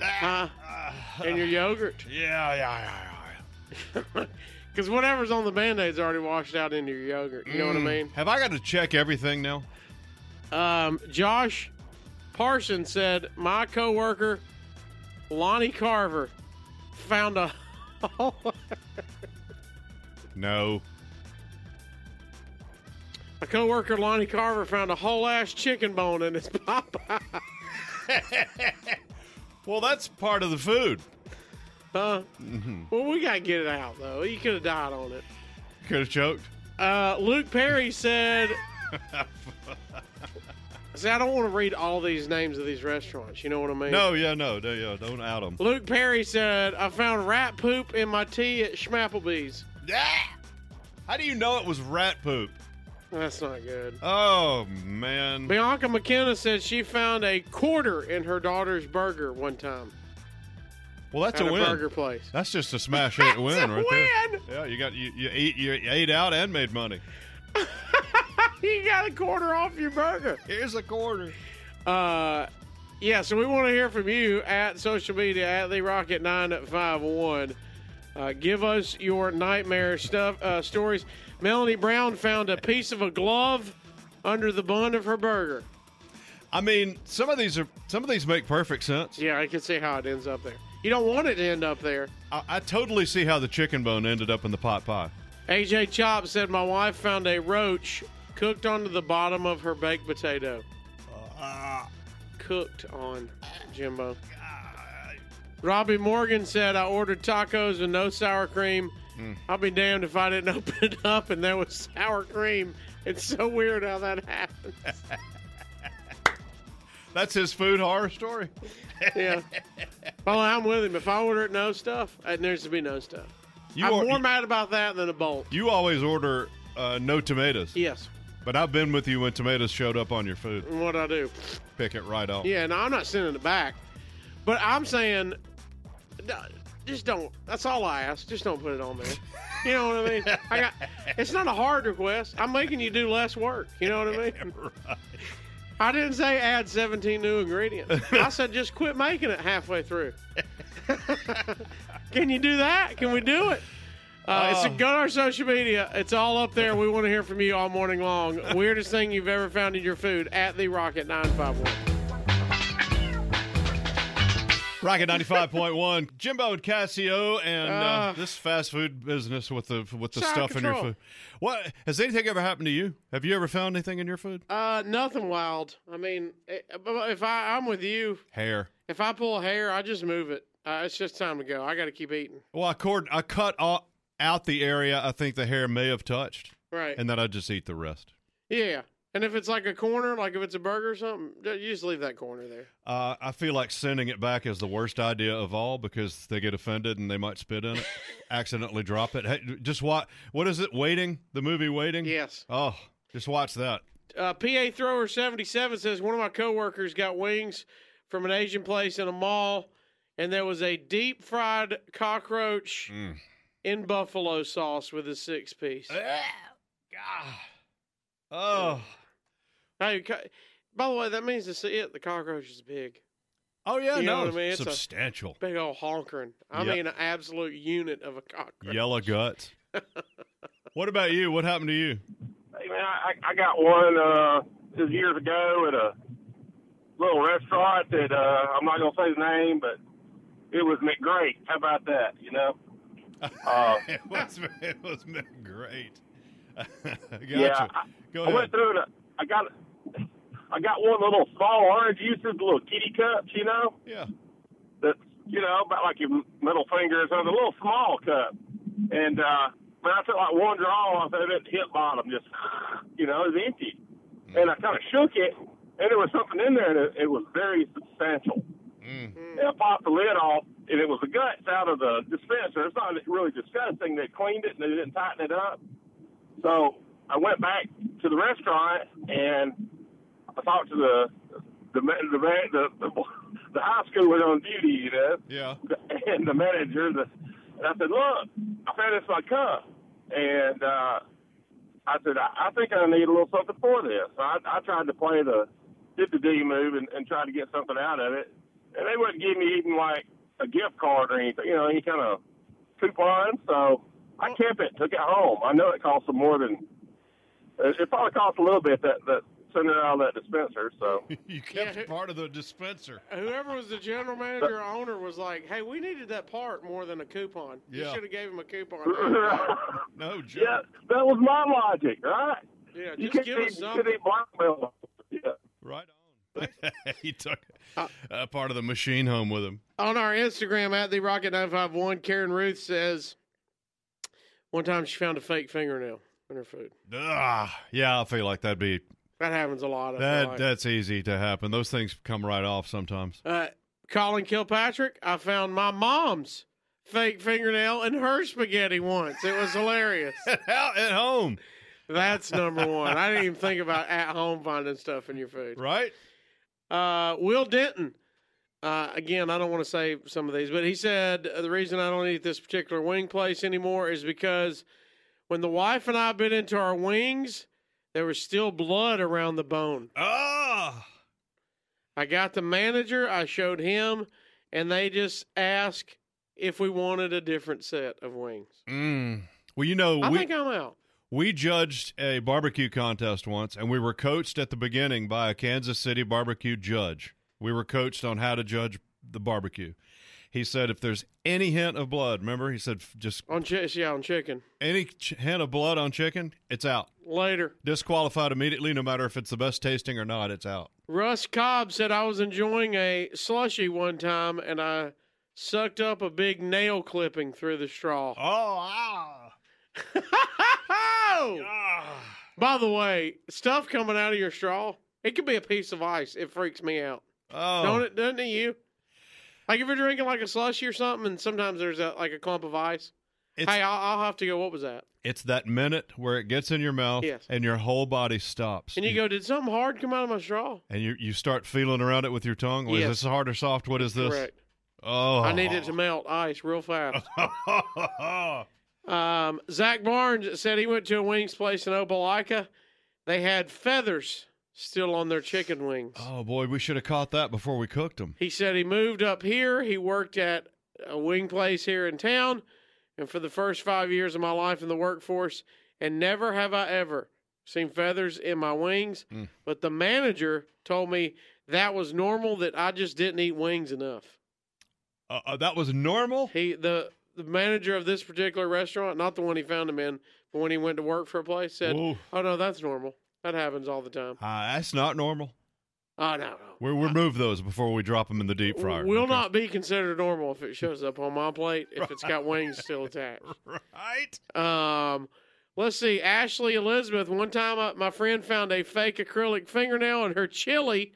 Speaker 3: Huh?
Speaker 2: Ah.
Speaker 3: And your yogurt,
Speaker 2: uh, Yeah, yeah, yeah, yeah.
Speaker 3: because whatever's on the band aid's already washed out into your yogurt. You know what I mean?
Speaker 2: Have I got to check everything now?
Speaker 3: Um, Josh Parson said, My coworker, Lonnie Carver, found a hole.
Speaker 2: No.
Speaker 3: My coworker, Lonnie Carver, found a whole ass chicken bone in his Popeye.
Speaker 2: Well, that's part of the food.
Speaker 3: Huh? Well, we got to get it out, though. He could have died on it.
Speaker 2: Could have choked.
Speaker 3: Uh, Luke Perry said, See, I don't want to read all these names of these restaurants. You know what I mean?
Speaker 2: No, yeah, no, no, yeah, don't out them.
Speaker 3: Luke Perry said, I found rat poop in my tea at Schmapplebee's.
Speaker 2: How do you know it was rat poop?
Speaker 3: That's not good.
Speaker 2: Oh man,
Speaker 3: Bianca McKenna said she found a quarter in her daughter's burger one time
Speaker 2: well that's
Speaker 3: at
Speaker 2: a
Speaker 3: a,
Speaker 2: win.
Speaker 3: burger place.
Speaker 2: That's just a smash hit win
Speaker 3: That's a
Speaker 2: right
Speaker 3: win!
Speaker 2: there. Yeah, you got you, you ate you ate out and made money.
Speaker 3: you got a quarter off your burger.
Speaker 2: Here's a quarter.
Speaker 3: Uh, yeah, so we want to hear from you at social media at the Rocket Nine Five One. Uh, give us your nightmare stuff uh, stories. Melanie Brown found a piece of a glove under the bun of her burger.
Speaker 2: I mean, some of these are some of these make perfect sense.
Speaker 3: Yeah, I can see how it ends up there. You don't want it to end up there.
Speaker 2: I, I totally see how the chicken bone ended up in the pot pie.
Speaker 3: AJ Chop said, My wife found a roach cooked onto the bottom of her baked potato.
Speaker 2: Uh-huh.
Speaker 3: cooked on, Jimbo. Robbie Morgan said, I ordered tacos with no sour cream.
Speaker 2: Hmm.
Speaker 3: I'll be damned if I didn't open it up and there was sour cream. It's so weird how that happened.
Speaker 2: That's his food horror story.
Speaker 3: Yeah. well, I'm with him. If I order it no stuff, it needs to be no stuff.
Speaker 2: You
Speaker 3: I'm
Speaker 2: are-
Speaker 3: more mad about that than a bolt.
Speaker 2: You always order uh, no tomatoes,
Speaker 3: Yes.
Speaker 2: but I've been with you when tomatoes showed up on your food.
Speaker 3: And what I do.
Speaker 2: Pick it right off.
Speaker 3: Yeah, no, I'm not sending it back. But I'm saying, no, just don't. That's all I ask. Just don't put it on there. You know what I mean? I got. It's not a hard request. I'm making you do less work. You know what I mean? I didn't say add 17 new ingredients. I said just quit making it halfway through. Can you do that? Can we do it? Uh, it's go to our social media. It's all up there. We want to hear from you all morning long. Weirdest thing you've ever found in your food at the Rocket 951.
Speaker 2: Rocket ninety five point one, Jimbo and Cassio, and uh,
Speaker 3: Ah.
Speaker 2: this fast food business with the with the
Speaker 3: It's out of
Speaker 2: stuff in your
Speaker 3: control.
Speaker 2: food. What has anything ever happened to you? Have you ever found anything in your food?
Speaker 3: Uh, nothing wild. I mean, eh, but if I I'm with you,
Speaker 2: Hair.
Speaker 3: if I pull a hair, I just move it. Uh, it's just time to go. I got to keep eating.
Speaker 2: Well, I cord I cut o- out the area I think the hair may have touched,
Speaker 3: Right.
Speaker 2: and then I just eat the rest.
Speaker 3: yeah. And if it's like a corner, like if it's a burger or something, ju- you just leave that corner there.
Speaker 2: Uh, I feel like sending it back is the worst idea of all because they get offended and they might spit in it, accidentally drop it. Hey, just what? What is it? Waiting? The movie Waiting?
Speaker 3: Yes.
Speaker 2: Oh, just watch that.
Speaker 3: Uh, PA Thrower seventy seven says one of my coworkers got wings from an Asian place in a mall, and there was a deep fried cockroach
Speaker 2: Mm.
Speaker 3: in buffalo sauce with a six piece.
Speaker 2: Oh,
Speaker 3: Hey, co- by the way, that means it's it. The cockroach is big.
Speaker 2: oh yeah,
Speaker 3: You know
Speaker 2: no,
Speaker 3: what I mean? It's a-
Speaker 2: substantial
Speaker 3: Big old honkering. I
Speaker 2: Yep.
Speaker 3: mean, an absolute unit of a cockroach.
Speaker 2: yellow guts. what about you? What happened to you?
Speaker 9: Hey man, I, I got one uh, just years ago at a little restaurant that uh, I'm not gonna say the name, but it was McGrate. How about that? You know? Uh,
Speaker 2: it was it was great. gotcha.
Speaker 9: Yeah, I,
Speaker 2: Go
Speaker 9: I
Speaker 2: ahead.
Speaker 9: went through it. I got I got one of the little fall orange juices, little kitty cups, you know,
Speaker 2: yeah.
Speaker 9: that you know about like your middle finger or something, a little small cup, and uh, man, I took like one draw off of it, hit bottom, just you know, it was empty, and I kind of shook it, and there was something in there that it was very substantial. And I popped the lid off, and it was the guts out of the dispenser. It's not really disgusting. They cleaned it and they didn't tighten it up. So I went back to the restaurant and I talked to the the ma- the ma- the, the,
Speaker 10: the high school was on duty, you know.
Speaker 2: Yeah.
Speaker 10: And the manager, the, and I said, look, I found this in my car, and uh, I said, I, I think I need a little something for this. So I, I tried to play the 50 D move and, and tried to get something out of it, and they wouldn't give me even like a gift card or anything, you know, any kind of coupon. So I kept it, took it home. I know it cost them more than it, it probably cost a little bit that that sending out that dispenser. So
Speaker 2: you kept part of the dispenser.
Speaker 3: Whoever was the general manager or owner was like, "Hey, we needed that part more than a coupon. You
Speaker 2: Yeah.
Speaker 3: should have gave him a coupon."
Speaker 2: no joke.
Speaker 10: Yeah, that was my logic, right?
Speaker 3: yeah,
Speaker 10: You
Speaker 3: just
Speaker 10: could
Speaker 3: give
Speaker 10: be,
Speaker 3: us
Speaker 10: you
Speaker 3: something.
Speaker 10: could be blackmail.
Speaker 2: Right on. he took uh, part of the machine home with him.
Speaker 3: On our Instagram at the Rocket Nine Five One, Karen Ruth says, "One time she found a fake fingernail in her food.
Speaker 2: Ugh. Yeah, I feel like that'd be
Speaker 3: That happens a lot. I feel
Speaker 2: that.
Speaker 3: like.
Speaker 2: That's easy to happen. Those things come right off sometimes.
Speaker 3: Uh, Colin Kilpatrick, I found my mom's fake fingernail in her spaghetti once. It was hilarious.
Speaker 2: Out at home.
Speaker 3: That's number one. I didn't even think about at home finding stuff in your food.
Speaker 2: Right?
Speaker 3: Uh, Will Denton. Uh, again, I don't want to say some of these, but he said uh, the reason I don't eat this particular wing place anymore is because when the wife and I bit into our wings, there was still blood around the bone.
Speaker 2: Ah.
Speaker 3: I got the manager, I showed him, and they just asked if we wanted a different set of wings.
Speaker 2: Mm. Well, you know,
Speaker 3: I
Speaker 2: we
Speaker 3: think I'm out.
Speaker 2: we judged a barbecue contest once, and we were coached at the beginning by a Kansas City barbecue judge. We were coached on how to judge the barbecue. He said, if there's any hint of blood, remember, he said, "F- just
Speaker 3: On chi- yeah, on chicken.
Speaker 2: any ch- hint of blood on chicken, it's out.
Speaker 3: Later.
Speaker 2: Disqualified immediately, no matter if it's the best tasting or not, it's out.
Speaker 3: Russ Cobb said I was enjoying a slushy one time and I sucked up a big nail clipping through the straw.
Speaker 2: Oh, ah.
Speaker 3: Oh! By the way, stuff coming out of your straw, it could be a piece of ice. It freaks me out.
Speaker 2: Oh.
Speaker 3: Don't it? Doesn't it you? Like if you're drinking like a slushy or something, and sometimes there's a, like a clump of ice.
Speaker 2: It's-
Speaker 3: hey, I'll, I'll have to go. What was that?
Speaker 2: It's that minute where it gets in your mouth
Speaker 3: Yes.
Speaker 2: and your whole body stops.
Speaker 3: And you go, did something hard come out of my straw?
Speaker 2: and you, you start feeling around it with your tongue. Well,
Speaker 3: Yes.
Speaker 2: Is this hard or soft? What is this?
Speaker 3: Correct.
Speaker 2: Oh,
Speaker 3: I need it to melt ice real fast.
Speaker 2: to.
Speaker 3: um, Zach Barnes said he went to a wings place in Opelika. They had feathers still on their chicken wings.
Speaker 2: oh boy, we should have caught that before we cooked them.
Speaker 3: He said he moved up here. He worked at a wing place here in town. And for the first five years of my life in the workforce, and never have I ever seen feathers in my wings.
Speaker 2: Mm.
Speaker 3: But the manager told me that was normal, that I just didn't eat wings enough.
Speaker 2: Uh, uh, that was normal.
Speaker 3: He the the manager of this particular restaurant, not the one he found him in, but when he went to work for a place, said,
Speaker 2: Oof.
Speaker 3: "Oh no, that's normal. That happens all the time."
Speaker 2: Uh, that's not normal.
Speaker 3: Oh no,
Speaker 2: We will remove those before we drop them in the deep
Speaker 3: no.
Speaker 2: fryer.
Speaker 3: will
Speaker 2: okay?
Speaker 3: not be considered normal if it shows up on my plate if it's got wings still attached.
Speaker 2: Right.
Speaker 3: Um, let's see. Ashley Elizabeth. One time, uh, my friend found a fake acrylic fingernail in her chili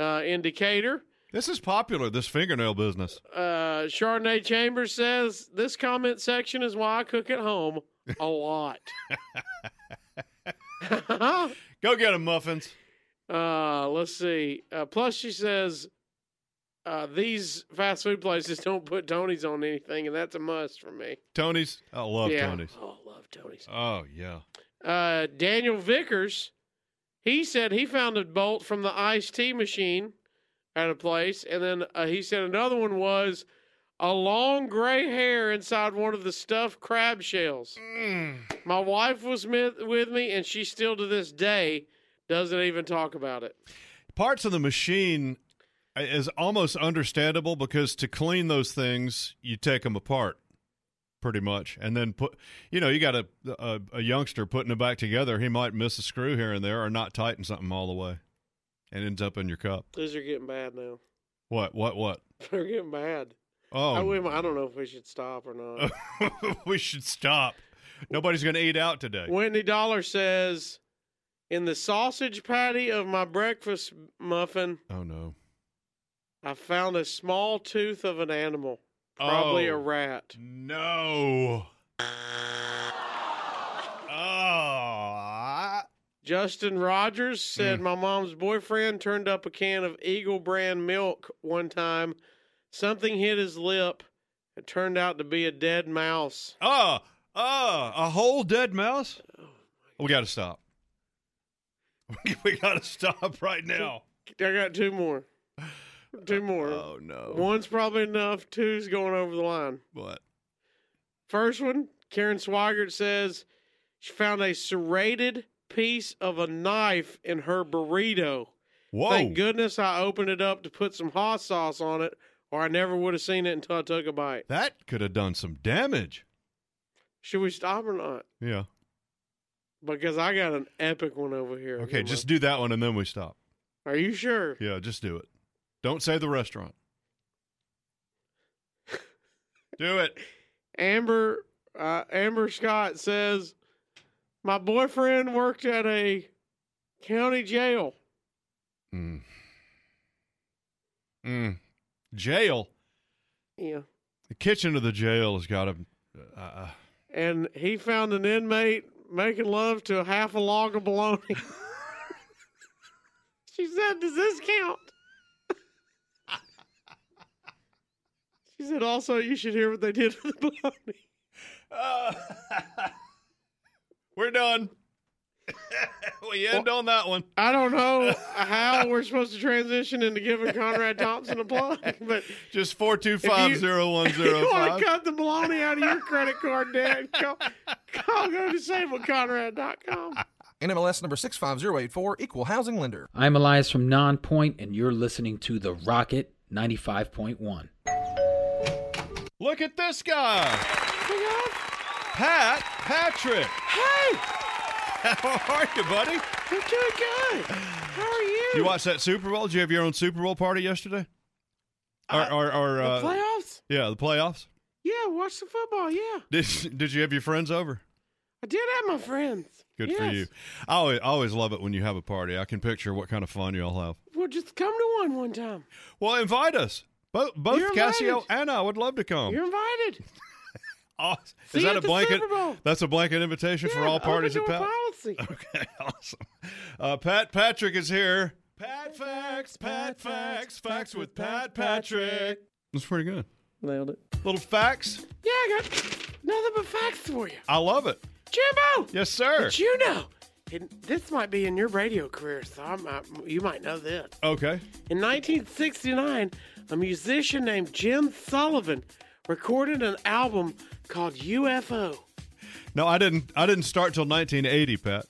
Speaker 3: uh, indicator.
Speaker 2: This is popular. This fingernail business.
Speaker 3: Uh, Chardonnay Chambers says this comment section is why I cook at home a lot.
Speaker 2: Go get them muffins.
Speaker 3: uh, let's see. Uh, plus, she says uh, these fast food places don't put Tony's on anything, and that's a must for me.
Speaker 2: Tony's. I love
Speaker 3: Yeah.
Speaker 2: Tony's.
Speaker 3: Oh, I love Tony's.
Speaker 2: Oh yeah.
Speaker 3: uh, Daniel Vickers, he said he found a bolt from the iced tea machine at a place, and then uh, he said another one was a long gray hair inside one of the stuffed crab shells. My wife was mit- with me, and she still to this day doesn't even talk about it.
Speaker 2: Parts of the machine i- is almost understandable because to clean those things, you take them apart pretty much and then put you know you got a, a a youngster putting it back together he might miss a screw here and there or not tighten something all the way and ends up in your cup
Speaker 3: These are getting bad now.
Speaker 2: what what what
Speaker 3: They're getting bad. I,
Speaker 2: oh
Speaker 3: we- I don't know if we should stop or not.
Speaker 2: we should stop nobody's gonna eat out today
Speaker 3: Whitney Dollar says, in the sausage patty of my breakfast muffin,
Speaker 2: oh no
Speaker 3: I found a small tooth of an animal, probably
Speaker 2: Oh.
Speaker 3: a rat.
Speaker 2: no oh I-
Speaker 3: Justin Rogers
Speaker 2: Mm.
Speaker 3: said my mom's boyfriend turned up a can of Eagle brand milk one time. Something hit his lip. It turned out to be a dead mouse.
Speaker 2: Oh, oh, a whole dead mouse? We got to stop. we got to stop right now.
Speaker 3: I got two more. Two more.
Speaker 2: Oh, no.
Speaker 3: One's probably enough. Two's going over the line.
Speaker 2: What?
Speaker 3: First one, Karen Swigert says she found a serrated piece of a knife in her burrito.
Speaker 2: Whoa.
Speaker 3: Thank goodness I opened it up to put some hot sauce on it, or I never would have seen it until I took a bite.
Speaker 2: That could have done some damage.
Speaker 3: Should we stop or not?
Speaker 2: Yeah.
Speaker 3: Because I got an epic one over here.
Speaker 2: Okay, just do that one and then we stop.
Speaker 3: Are you sure?
Speaker 2: Yeah, just do it. Don't say the restaurant. do it.
Speaker 3: Amber uh, Amber Scott says, "My boyfriend worked at a county jail.
Speaker 2: Mm. Mm. Jail.
Speaker 3: Yeah,
Speaker 2: The kitchen of the jail has got to. Uh,
Speaker 3: and he found an inmate making love to half a log of bologna." she said, "Does this count?" she said, "Also, you should hear what they did to the bologna."
Speaker 2: we're done. we end on that one.
Speaker 3: I don't know how we're supposed to transition into giving Conrad Thompson a plug, but
Speaker 2: Just 4250105.
Speaker 3: if you want to cut the baloney out of your credit card debt, go, go, go to SableConrad.com.
Speaker 11: NMLS number 65084, equal housing lender.
Speaker 12: I'm Elias from Nonpoint, and you're listening to The Rocket 95.1.
Speaker 2: Look at this guy. Pat Patrick.
Speaker 3: Hey.
Speaker 2: How are you, buddy?
Speaker 3: I'm doing good. How are you?
Speaker 2: You watched that Super Bowl? Did you have your own Super Bowl party yesterday? Or, or, or
Speaker 3: The
Speaker 2: uh,
Speaker 3: playoffs?
Speaker 2: Yeah, the playoffs.
Speaker 3: Yeah, watch the football. Yeah,
Speaker 2: Did Did you have your friends over?
Speaker 3: I did have my friends.
Speaker 2: Good for
Speaker 3: Yes.
Speaker 2: you. I always, I always love it when you have a party. I can picture what kind of fun y'all have.
Speaker 3: Well, just come to one one time.
Speaker 2: Well, invite us. Both both
Speaker 3: You're
Speaker 2: Cassio
Speaker 3: invited.
Speaker 2: and I would love to come.
Speaker 3: You're invited.
Speaker 2: Aw-
Speaker 3: See
Speaker 2: Is
Speaker 3: you
Speaker 2: that
Speaker 3: at
Speaker 2: a
Speaker 3: the
Speaker 2: blanket?
Speaker 3: Super Bowl.
Speaker 2: That's a blanket invitation for
Speaker 3: Yeah,
Speaker 2: all parties at
Speaker 3: open door
Speaker 2: Pat.
Speaker 3: policy.
Speaker 2: Okay, awesome. Uh, Pat Patrick is here.
Speaker 1: Pat facts, Pat facts, facts with
Speaker 2: Pat Patrick. That's pretty good.
Speaker 12: Nailed it.
Speaker 2: Little facts.
Speaker 3: Yeah, I got nothing but facts for you,
Speaker 2: I love it.
Speaker 3: Jimbo.
Speaker 2: Yes, sir.
Speaker 3: But you know, and this might be in your radio career, so I might, you might know this.
Speaker 2: Okay.
Speaker 3: In 1969, a musician named Jim Sullivan recorded an album called UFO.
Speaker 2: No, I didn't. I didn't start till 1980, Pat.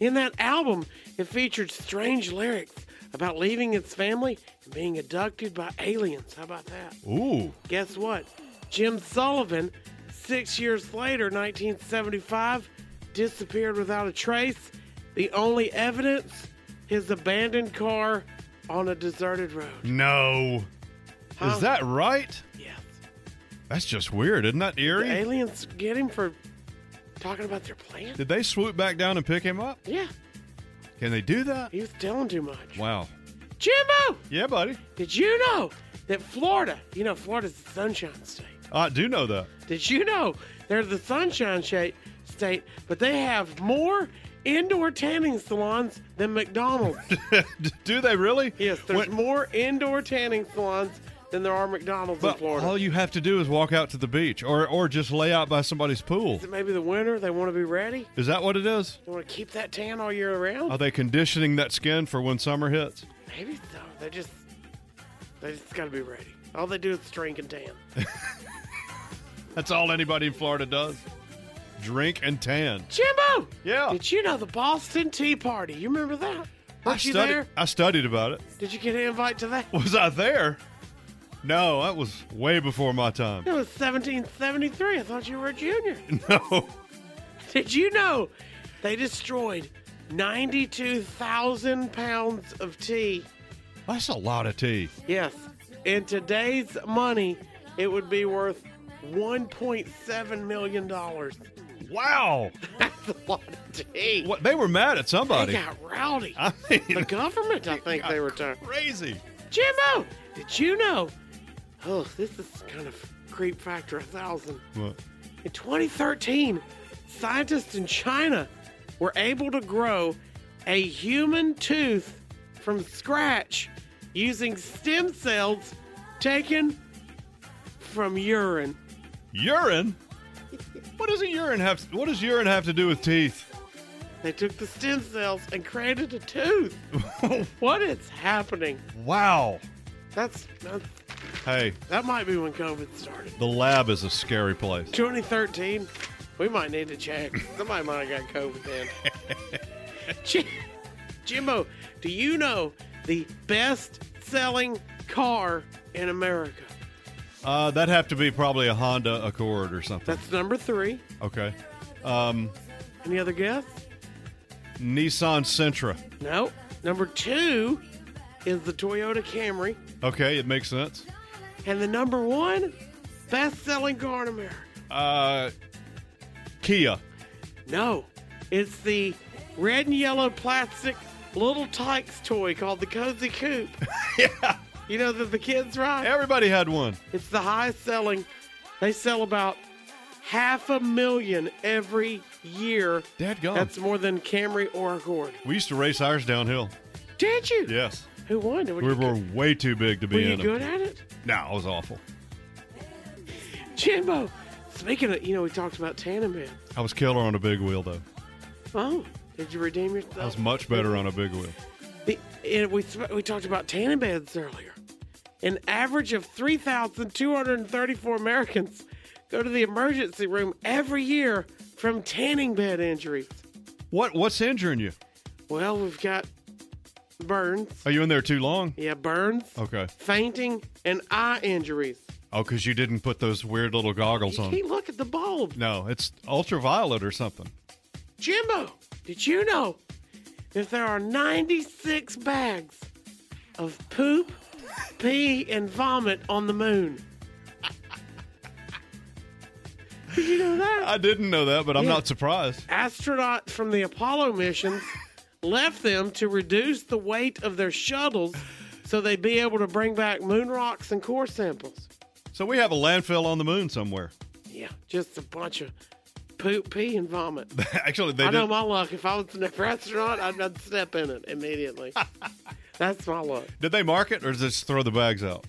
Speaker 3: In that album, it featured strange lyrics about leaving his family and being abducted by aliens. How about that?
Speaker 2: Ooh.
Speaker 3: Guess what? Jim Sullivan, six years later, 1975, disappeared without a trace. The only evidence his abandoned car on a deserted road.
Speaker 2: No.
Speaker 3: Huh?
Speaker 2: Is that right?
Speaker 3: Yes.
Speaker 2: That's just weird, isn't that
Speaker 3: The
Speaker 2: eerie?
Speaker 3: aliens get him for talking about their plan?
Speaker 2: Did they swoop back down and pick him up?
Speaker 3: Yeah,
Speaker 2: Can they do that?
Speaker 3: he was telling too much.
Speaker 2: Wow.
Speaker 3: Jimbo,
Speaker 2: Yeah, buddy.
Speaker 3: did you know that Florida, you know, Florida's the sunshine state.
Speaker 2: I do know that.
Speaker 3: Did you know they're the sunshine state, state but they have more indoor tanning salons than McDonald's?
Speaker 2: do they really?
Speaker 3: Yes, there's more indoor tanning salons than there are McDonald's in
Speaker 2: But
Speaker 3: Florida.
Speaker 2: all you have to do is walk out to the beach or or just lay out by somebody's pool.
Speaker 3: Is it maybe the winter? They want to be ready?
Speaker 2: Is that what it is?
Speaker 3: They want to keep that tan all year round?
Speaker 2: Are they conditioning that skin for when summer hits?
Speaker 3: Maybe so. They just they just gotta be ready. All they do is drink and tan.
Speaker 2: That's all anybody in Florida does. Drink and tan.
Speaker 3: Jimbo!
Speaker 2: Yeah.
Speaker 3: Did you know the Boston Tea Party? You remember that?
Speaker 2: I
Speaker 3: Were you
Speaker 2: studied
Speaker 3: there?
Speaker 2: I studied about it.
Speaker 3: Did you get an invite to that?
Speaker 2: Was I there? No, that was way before my time.
Speaker 3: It was 1773. I thought you were a junior.
Speaker 2: No.
Speaker 3: Did you know they destroyed 92,000 pounds of tea?
Speaker 2: That's a lot of tea.
Speaker 3: Yes. In today's money, it would be worth $1.7 million.
Speaker 2: Wow.
Speaker 3: That's a lot of tea.
Speaker 2: What they were mad at somebody.
Speaker 3: They got rowdy.
Speaker 2: I mean,
Speaker 3: the government, I think they were turning.
Speaker 2: Crazy.
Speaker 3: Jimbo, did you know? Oh, this is kind of creep factor a thousand.
Speaker 2: What?
Speaker 3: In 2013, scientists in China were able to grow a human tooth from scratch using stem cells taken from urine.
Speaker 2: Urine? What does a urine have? What does urine have to do with teeth?
Speaker 3: They took the stem cells and created a tooth. what is happening?
Speaker 2: Wow.
Speaker 3: That's, that's
Speaker 2: Hey,
Speaker 3: that might be when COVID started.
Speaker 2: the lab is a scary place.
Speaker 3: 2013. We might need to check. Somebody might have got COVID then. Jim- Jimbo, do you know the best-selling car in America?
Speaker 2: Uh, that'd have to be probably a Honda Accord or something.
Speaker 3: That's number three.
Speaker 2: Okay. Um,
Speaker 3: Any other guess?
Speaker 2: Nissan Sentra.
Speaker 3: No. Number two is the Toyota Camry,
Speaker 2: Okay, it makes sense.
Speaker 3: and the number one best-selling car in America.
Speaker 2: Uh, Kia.
Speaker 3: No, it's the red and yellow plastic little Tykes toy called the Cozy Coop. yeah. You know that the kids ride?
Speaker 2: Everybody had one.
Speaker 3: It's the highest selling. They sell about half a million every year.
Speaker 2: Dadgum.
Speaker 3: That's more than Camry or Accord.
Speaker 2: We used to race ours downhill.
Speaker 3: Did you?
Speaker 2: Yes.
Speaker 3: Who won? Were,
Speaker 2: We
Speaker 3: you,
Speaker 2: were
Speaker 3: good-
Speaker 2: way too big to
Speaker 3: were
Speaker 2: be
Speaker 3: you
Speaker 2: in
Speaker 3: good
Speaker 2: them.
Speaker 3: at it?
Speaker 2: No, I was awful.
Speaker 3: Jimbo, speaking of, you know, we talked about tanning bed.
Speaker 2: I was killer on a big wheel, though.
Speaker 3: Oh, did you redeem
Speaker 2: I was
Speaker 3: yourself?
Speaker 2: much better on a big wheel.
Speaker 3: The, and we, we talked about tanning beds earlier. An average of 3,234 Americans go to the emergency room every year from tanning bed injuries.
Speaker 2: What What's injuring you?
Speaker 3: Well, we've got burns.
Speaker 2: Are you in there too long?
Speaker 3: Yeah, burns,
Speaker 2: Okay.
Speaker 3: fainting, and eye injuries.
Speaker 2: Oh, because you didn't put those weird little goggles
Speaker 3: You
Speaker 2: on.
Speaker 3: can't look at the bulb.
Speaker 2: No, it's ultraviolet or something.
Speaker 3: Jimbo, did you know if there are 96 bags of poop, pee, and vomit on the moon? did you know that?
Speaker 2: I didn't know that, but I'm
Speaker 3: Yeah.
Speaker 2: not surprised.
Speaker 3: astronauts from the Apollo missions left them to reduce the weight of their shuttles so they'd be able to bring back moon rocks and core samples.
Speaker 2: So we have a landfill on the moon somewhere.
Speaker 3: Yeah, just a bunch of poop, pee, and vomit.
Speaker 2: Actually, they
Speaker 3: I know
Speaker 2: did.
Speaker 3: my luck. If I was an astronaut, I'd, I'd step in it immediately. That's my luck.
Speaker 2: Did they mark it or did they just throw the bags out?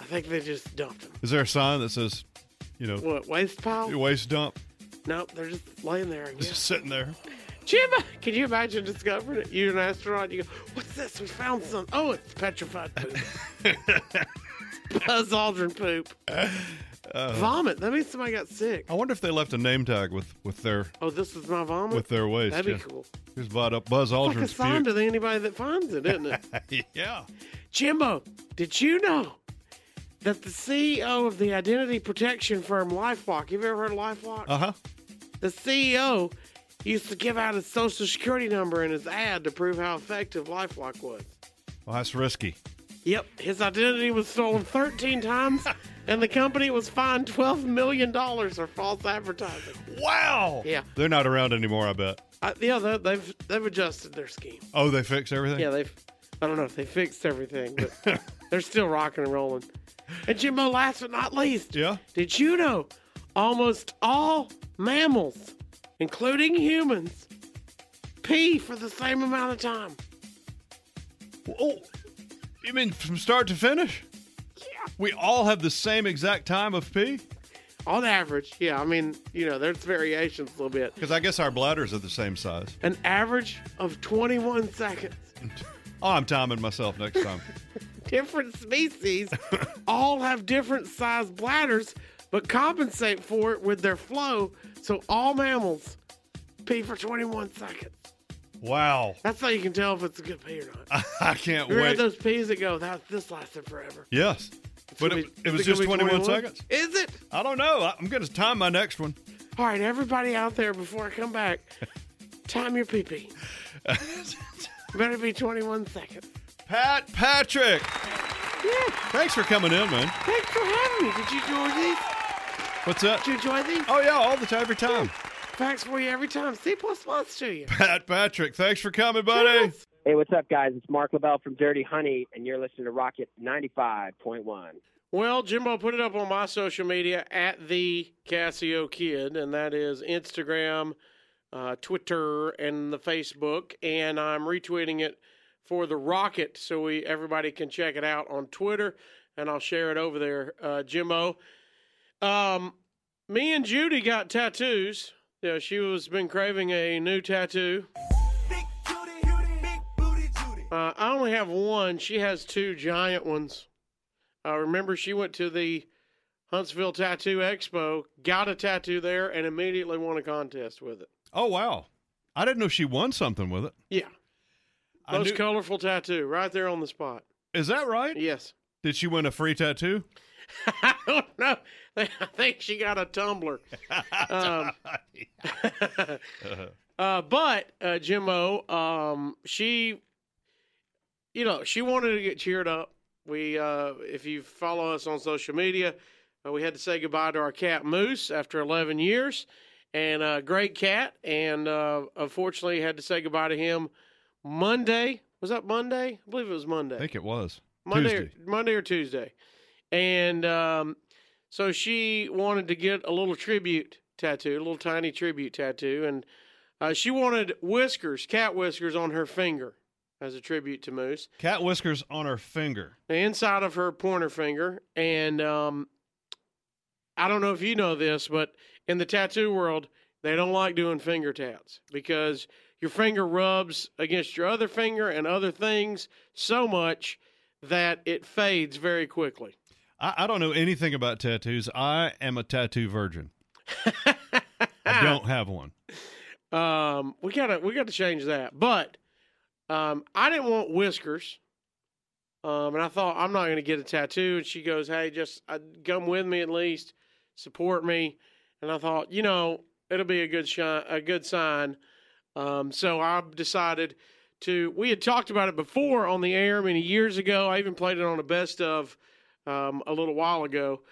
Speaker 3: I think they just dumped them.
Speaker 2: Is there a sign that says, you know,
Speaker 3: What, waste pile?
Speaker 2: waste dump?
Speaker 3: Nope, they're just laying there. I
Speaker 2: It's
Speaker 3: guess.
Speaker 2: Just sitting there.
Speaker 3: Jim, can you imagine discovering it? You're an astronaut. You go, what's this? We found some. Oh, it's petrified poop. Buzz Aldrin poop.
Speaker 2: Uh,
Speaker 3: vomit. That means somebody got sick.
Speaker 2: I wonder if they left a name tag with with their
Speaker 3: Oh, this is my vomit.
Speaker 2: with their waste.
Speaker 3: That'd be
Speaker 2: yeah.
Speaker 3: cool.
Speaker 2: Here's Bud up Buzz
Speaker 3: It's like a
Speaker 2: Aldrin's
Speaker 3: sign
Speaker 2: puke.
Speaker 3: to anybody that finds it, isn't it?
Speaker 2: yeah.
Speaker 3: Jimbo, did you know that the CEO of the identity protection firm LifeLock, you've ever heard of LifeLock?
Speaker 2: Uh huh.
Speaker 3: the CEO used to give out his social security number in his ad to prove how effective LifeLock was.
Speaker 2: Well, that's risky.
Speaker 3: Yep, his identity was stolen 13 times, and the company was fined 12 million dollars for false advertising.
Speaker 2: Wow.
Speaker 3: Yeah,
Speaker 2: They're not around anymore. I bet.
Speaker 3: I, yeah, they, they've they've adjusted their scheme.
Speaker 2: Oh, they fixed everything.
Speaker 3: Yeah, they've. I don't know if they fixed everything, but they're still rocking and rolling. And Jimbo, last but not least,
Speaker 2: Yeah.
Speaker 3: did you know almost all mammals, including humans, pee for the same amount of time?
Speaker 2: Oh, you mean from start to finish? Yeah. We all have the same exact time of pee
Speaker 3: On average, yeah. I mean, you know, there's variations a little bit.
Speaker 2: because I guess our bladders are the same size.
Speaker 3: An average of 21 seconds.
Speaker 2: Oh, I'm timing myself next time.
Speaker 3: Different species all have different sized bladders, but compensate for it with their flow. So all mammals pee for 21 seconds.
Speaker 2: wow.
Speaker 3: That's how you can tell if it's a good pee or not.
Speaker 2: I can't
Speaker 3: You
Speaker 2: wait.
Speaker 3: read those pees that go, that, this lasted forever.
Speaker 2: Yes. But
Speaker 3: gonna
Speaker 2: it,
Speaker 3: be-
Speaker 2: it was
Speaker 3: is it gonna
Speaker 2: just 21
Speaker 3: be 21?
Speaker 2: seconds.
Speaker 3: Is it?
Speaker 2: I don't know. I- I'm going to time my next one.
Speaker 3: All right, everybody out there, before I come back, time your pee pee. Better be 21 seconds.
Speaker 2: Pat Patrick,
Speaker 3: Yeah,
Speaker 2: thanks for coming in, man.
Speaker 3: thanks for having me. Did you enjoy these?
Speaker 2: What's up?
Speaker 3: Did you enjoy these?
Speaker 2: Oh, yeah, all the time, every time.
Speaker 3: Facts for you every time. C plus plus to you.
Speaker 2: Pat Patrick, thanks for coming, buddy.
Speaker 13: Hey, what's up, guys? It's Mark LaBelle from Dirty Honey, and you're listening to Rocket 95.1.
Speaker 3: Well, Jimbo put it up on my social media at the Casio Kid, and that is Instagram, uh, Twitter and the Facebook, and I'm retweeting it for the Rocket, so we everybody can check it out on Twitter, and I'll share it over there, uh, Jimbo. Um, me and Judy got tattoos. Yeah, she was been craving a new tattoo. Uh, I only have one. She has two giant ones. I remember she went to the Huntsville Tattoo Expo, got a tattoo there, and immediately won a contest with it.
Speaker 2: Oh wow! I didn't know she won something with it.
Speaker 3: Yeah.
Speaker 2: I
Speaker 3: Most
Speaker 2: knew-
Speaker 3: colorful tattoo, right there on the spot.
Speaker 2: Is that right?
Speaker 3: Yes.
Speaker 2: Did she win a free tattoo?
Speaker 3: I don't know. I think she got a tumbler. Um, Uh, but uh, Jimbo, um, she, you know, she wanted to get cheered up. We, uh, if you follow us on social media, uh, we had to say goodbye to our cat Moose after 11 years, and a great cat. And uh, unfortunately, had to say goodbye to him Monday. Was that Monday? I believe it was Monday.
Speaker 2: I think it was
Speaker 3: Monday,
Speaker 2: Tuesday.
Speaker 3: Or, Monday or Tuesday, and um, so she wanted to get a little tribute tattoo, a little tiny tribute tattoo, and uh, she wanted whiskers, cat whiskers, on her finger as a tribute to Moose,
Speaker 2: Cat whiskers on her finger.
Speaker 3: the inside of her pointer finger, and um, I don't know if you know this, but in the tattoo world, they don't like doing finger tats because your finger rubs against your other finger and other things so much that it fades very quickly.
Speaker 2: I, I don't know anything about tattoos. I am a tattoo virgin. I don't have one.
Speaker 3: Um, we gotta we gotta change that. But um, I didn't want whiskers, um, and I thought I'm not gonna get a tattoo. And she goes, "Hey, just uh, come with me at least, support me." And I thought, you know, it'll be a good shine, a good sign. Um, so I decided to. We had talked about it before on the air many years ago. I even played it on a best of um, a little while ago.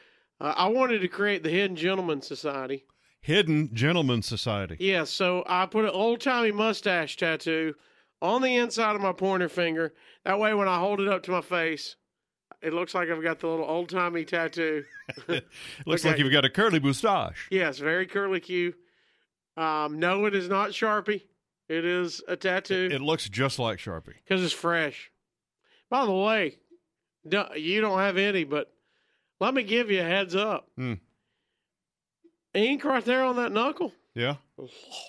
Speaker 3: Uh, I wanted to create the Hidden Gentleman Society.
Speaker 2: Hidden Gentleman Society.
Speaker 3: Yeah, so I put an old timey mustache tattoo on the inside of my pointer finger. That way, when I hold it up to my face, it looks like I've got the little old timey tattoo.
Speaker 2: Looks like
Speaker 3: Okay.
Speaker 2: you've got a curly moustache.
Speaker 3: yes, very curly Q. Um, no, it is not Sharpie. It is a tattoo
Speaker 2: It looks just like Sharpie.
Speaker 3: because it's fresh. By the way, do- you don't have any, but let me give you a heads up.
Speaker 2: Hmm.
Speaker 3: Ink right there on that knuckle.
Speaker 2: Yeah.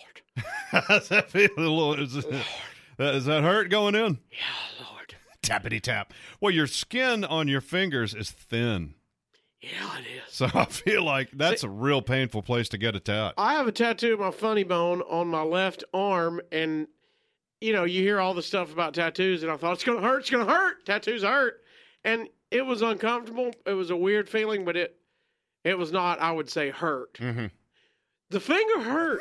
Speaker 2: How's that feel? The Lord- Is, that- is that hurt going in? Yeah, Lord. Tappity tap. Well, your skin on your fingers is thin.
Speaker 3: Yeah, it is.
Speaker 2: So I feel like that's a real painful place to get a tat.
Speaker 3: I have a tattoo of my funny bone on my left arm, and you know, you hear all the stuff about tattoos, and I thought it's gonna hurt, it's gonna hurt, tattoos hurt, and it was uncomfortable. It was a weird feeling, but it it was not, I would say, hurt.
Speaker 2: Mm-hmm.
Speaker 3: The finger hurt,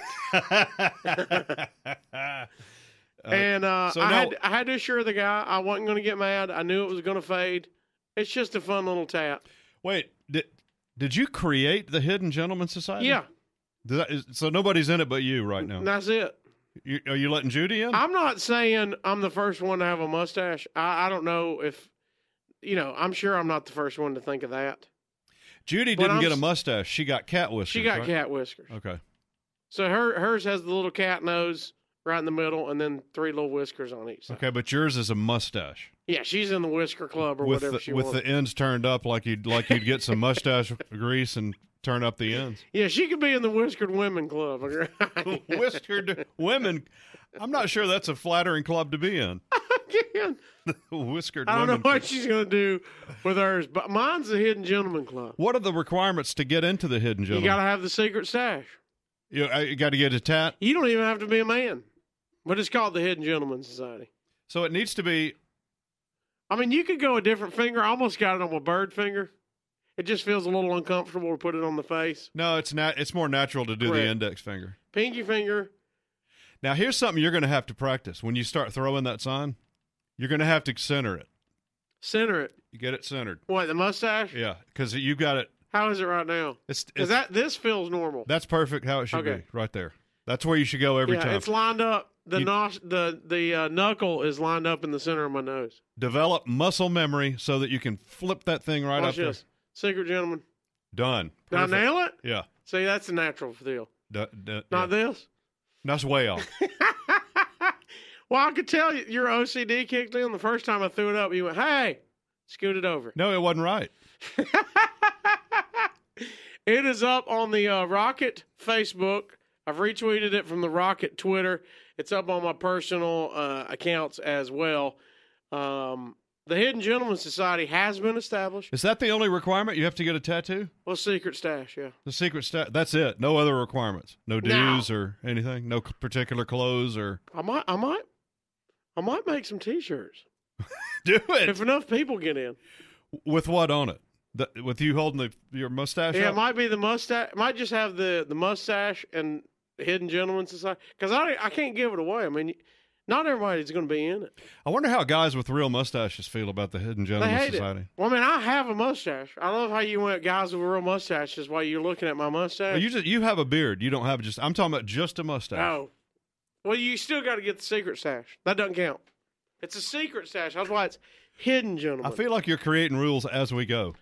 Speaker 3: and uh,
Speaker 2: so now-
Speaker 3: I had I had to assure the guy I wasn't gonna get mad. I knew it was gonna fade. It's just a fun little tat.
Speaker 2: Wait, did, did you create the Hidden Gentleman Society?
Speaker 3: Yeah.
Speaker 2: Did that- is- so nobody's in it but you right now.
Speaker 3: And that's it.
Speaker 2: You, are you letting Judy in?
Speaker 3: I'm not saying I'm the first one to have a mustache. I, I don't know if, you know, I'm sure I'm not the first one to think of that.
Speaker 2: Judy
Speaker 3: but
Speaker 2: didn't
Speaker 3: I'm
Speaker 2: get a
Speaker 3: s-
Speaker 2: mustache. She got cat whiskers.
Speaker 3: She got
Speaker 2: right?
Speaker 3: cat whiskers.
Speaker 2: Okay.
Speaker 3: So her hers has the little cat nose right in the middle, and then three little whiskers on each. Side.
Speaker 2: Okay, but yours is a mustache
Speaker 3: Yeah, she's in the whisker club or
Speaker 2: with
Speaker 3: whatever
Speaker 2: the,
Speaker 3: she
Speaker 2: with
Speaker 3: wants.
Speaker 2: the ends turned up like you'd like you'd get some mustache grease and turn up the ends.
Speaker 3: yeah, she could be in the whiskered women club.
Speaker 2: whiskered women. I'm not sure that's a flattering club to be in. Whiskered
Speaker 3: I don't know
Speaker 2: women.
Speaker 3: what she's gonna do with hers, but mine's the hidden gentleman club.
Speaker 2: What are the requirements to get into the hidden
Speaker 3: You
Speaker 2: gentleman?
Speaker 3: gotta have the secret stash.
Speaker 2: You got you got to get a tat.
Speaker 3: You don't even have to be a man, but it's called the Hidden Gentleman Society.
Speaker 2: So it needs to be.
Speaker 3: I mean, you could go a different finger. I almost got it on my bird finger. It just feels a little uncomfortable to put it on the face.
Speaker 2: No, it's not. It's more natural to do
Speaker 3: Correct.
Speaker 2: the index finger.
Speaker 3: Pinky finger.
Speaker 2: Now here's something you're going to have to practice when you start throwing that sign. You're going to have to center it.
Speaker 3: Center it.
Speaker 2: You get it centered.
Speaker 3: What the mustache?
Speaker 2: Yeah, because you got it.
Speaker 3: How is it right now?
Speaker 2: It's,
Speaker 3: Is
Speaker 2: it's
Speaker 3: that this feels normal?
Speaker 2: that's perfect how it should
Speaker 3: Okay.
Speaker 2: be right there. That's where you should go every
Speaker 3: yeah,
Speaker 2: time.
Speaker 3: it's lined up. The
Speaker 2: You-
Speaker 3: nos- the the uh, knuckle is lined up in the center of my nose.
Speaker 2: Develop muscle memory so that you can flip that thing right up
Speaker 3: Watch
Speaker 2: there.
Speaker 3: this, secret gentleman.
Speaker 2: Done.
Speaker 3: Did I
Speaker 2: Perfect.
Speaker 3: nail it?
Speaker 2: Yeah.
Speaker 3: See, that's a natural deal.
Speaker 2: Du- du-
Speaker 3: Not
Speaker 2: yeah.
Speaker 3: this.
Speaker 2: That's way off.
Speaker 3: Well, I could tell you your OCD kicked in the first time I threw it up. You went, hey, scoot it over.
Speaker 2: No, it wasn't right.
Speaker 3: It is up on the uh, Rocket Facebook. I've retweeted it from the Rocket Twitter. It's up on my personal uh, accounts as well. Um, the Hidden Gentleman Society has been established.
Speaker 2: Is that the only requirement? You have to get a tattoo?
Speaker 3: Well, Secret Stash, yeah.
Speaker 2: The secret stat. That's it. No other requirements. No
Speaker 3: No.
Speaker 2: dues or anything. No c- particular clothes or.
Speaker 3: I might, I might, I might make some T-shirts
Speaker 2: Do it.
Speaker 3: if enough people get in.
Speaker 2: With what on it? The- with you holding the, your mustache?
Speaker 3: Yeah,
Speaker 2: up?
Speaker 3: it might be the mustache. Might just have the the mustache and Hidden Gentleman Society because I I can't give it away. I mean, not everybody's going to be in it.
Speaker 2: I wonder how guys with real mustaches feel about the Hidden
Speaker 3: They
Speaker 2: Gentleman
Speaker 3: hate
Speaker 2: Society.
Speaker 3: it. Well, I mean, I have a mustache. I love how you went, guys with real mustaches, while you're looking at my mustache.
Speaker 2: Well, you just you have a beard. You don't have just. I'm talking about just a mustache.
Speaker 3: no. Well, you still got to get the secret stash. That doesn't count. It's a secret stash. That's why it's hidden, gentlemen.
Speaker 2: I feel like you're creating rules as we go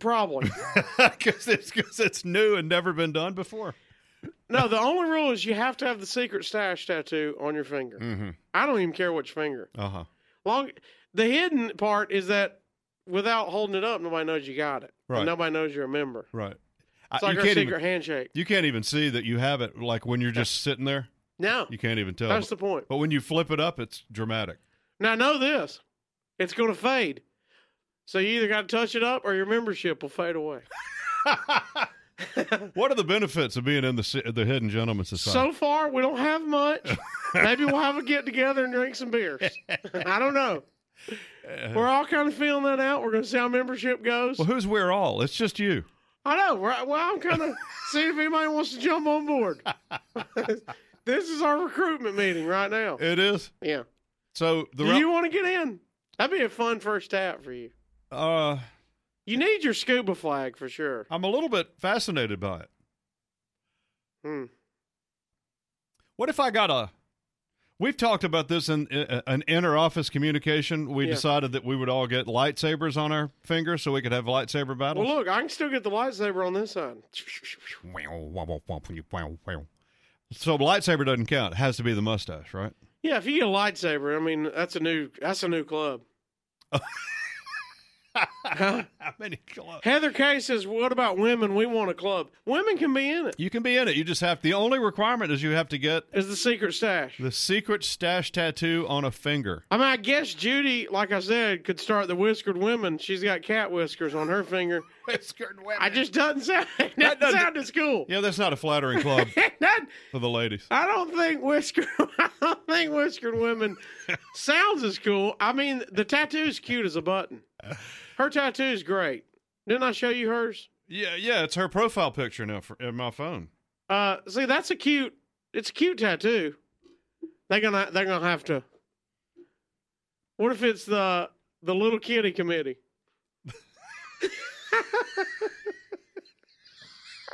Speaker 3: Probably.
Speaker 2: because it's because it's new and never been done before.
Speaker 3: no, the only rule is you have to have the secret stash tattoo on your finger.
Speaker 2: Mm-hmm.
Speaker 3: I don't even care which finger.
Speaker 2: Uh huh.
Speaker 3: Long the hidden part is that without holding it up, nobody knows you got it. And
Speaker 2: Right.
Speaker 3: nobody knows you're a member.
Speaker 2: Right.
Speaker 3: It's
Speaker 2: I-
Speaker 3: like
Speaker 2: you
Speaker 3: our
Speaker 2: can't
Speaker 3: secret
Speaker 2: even-
Speaker 3: handshake.
Speaker 2: You can't even see that you have it. Like when you're just sitting there,
Speaker 3: No,
Speaker 2: you can't even tell.
Speaker 3: that's the point.
Speaker 2: But when you flip it up, it's dramatic.
Speaker 3: Now know this: it's going to fade. So you either got to touch it up, or your membership will fade away.
Speaker 2: What are the benefits of being in the si- the Hidden Gentleman Society?
Speaker 3: So far, we don't have much. Maybe we'll have a get together and drink some beers. I don't know. We're all kind of feeling that out. We're going to see how membership goes.
Speaker 2: Uh-huh. well, who's we're all? It's just you.
Speaker 3: I know. Right? Well, I'm kind of seeing if anybody wants to jump on board. this is our recruitment meeting right now.
Speaker 2: It is.
Speaker 3: Yeah.
Speaker 2: So the
Speaker 3: Do
Speaker 2: re-
Speaker 3: you want to get in? That'd be a fun first tap for you.
Speaker 2: uh,
Speaker 3: You need your scuba flag for sure.
Speaker 2: I'm a little bit fascinated by it.
Speaker 3: Hmm.
Speaker 2: What if I got a? We've talked about this in, in an inner office communication. We
Speaker 3: Yeah.
Speaker 2: decided that we would all get lightsabers on our fingers so we could have lightsaber
Speaker 3: Well,
Speaker 2: battles.
Speaker 3: look, I can still get the lightsaber on this side.
Speaker 2: So lightsaber doesn't count. It has to be the mustache, right?
Speaker 3: Yeah, if you get a lightsaber, I mean that's a new that's a new club. Huh?
Speaker 2: How many clubs?
Speaker 3: Heather Kay says, "What about women? We want a club. Women can be in it.
Speaker 2: You can be in it. You just have the only requirement is you have to get
Speaker 3: Is the secret stash?
Speaker 2: the secret stash tattoo on a finger.
Speaker 3: I mean, I guess Judy, like I said, could start the whiskered women. She's got cat whiskers on her finger.
Speaker 2: Whiskered women.
Speaker 3: I just doesn't sound that doesn't sound as cool.
Speaker 2: Yeah, that's not a flattering club
Speaker 3: That-
Speaker 2: for the ladies.
Speaker 3: I don't think whiskered. I don't think whiskered women sounds as cool. I mean, the tattoo's cute as a button. Her tattoo's great. Didn't I show you hers?
Speaker 2: Yeah, yeah, it's her profile picture now for, in my phone.
Speaker 3: Uh, see, that's a cute. It's a cute tattoo. They're gonna. They're gonna have to. What if it's the the little kitty committee?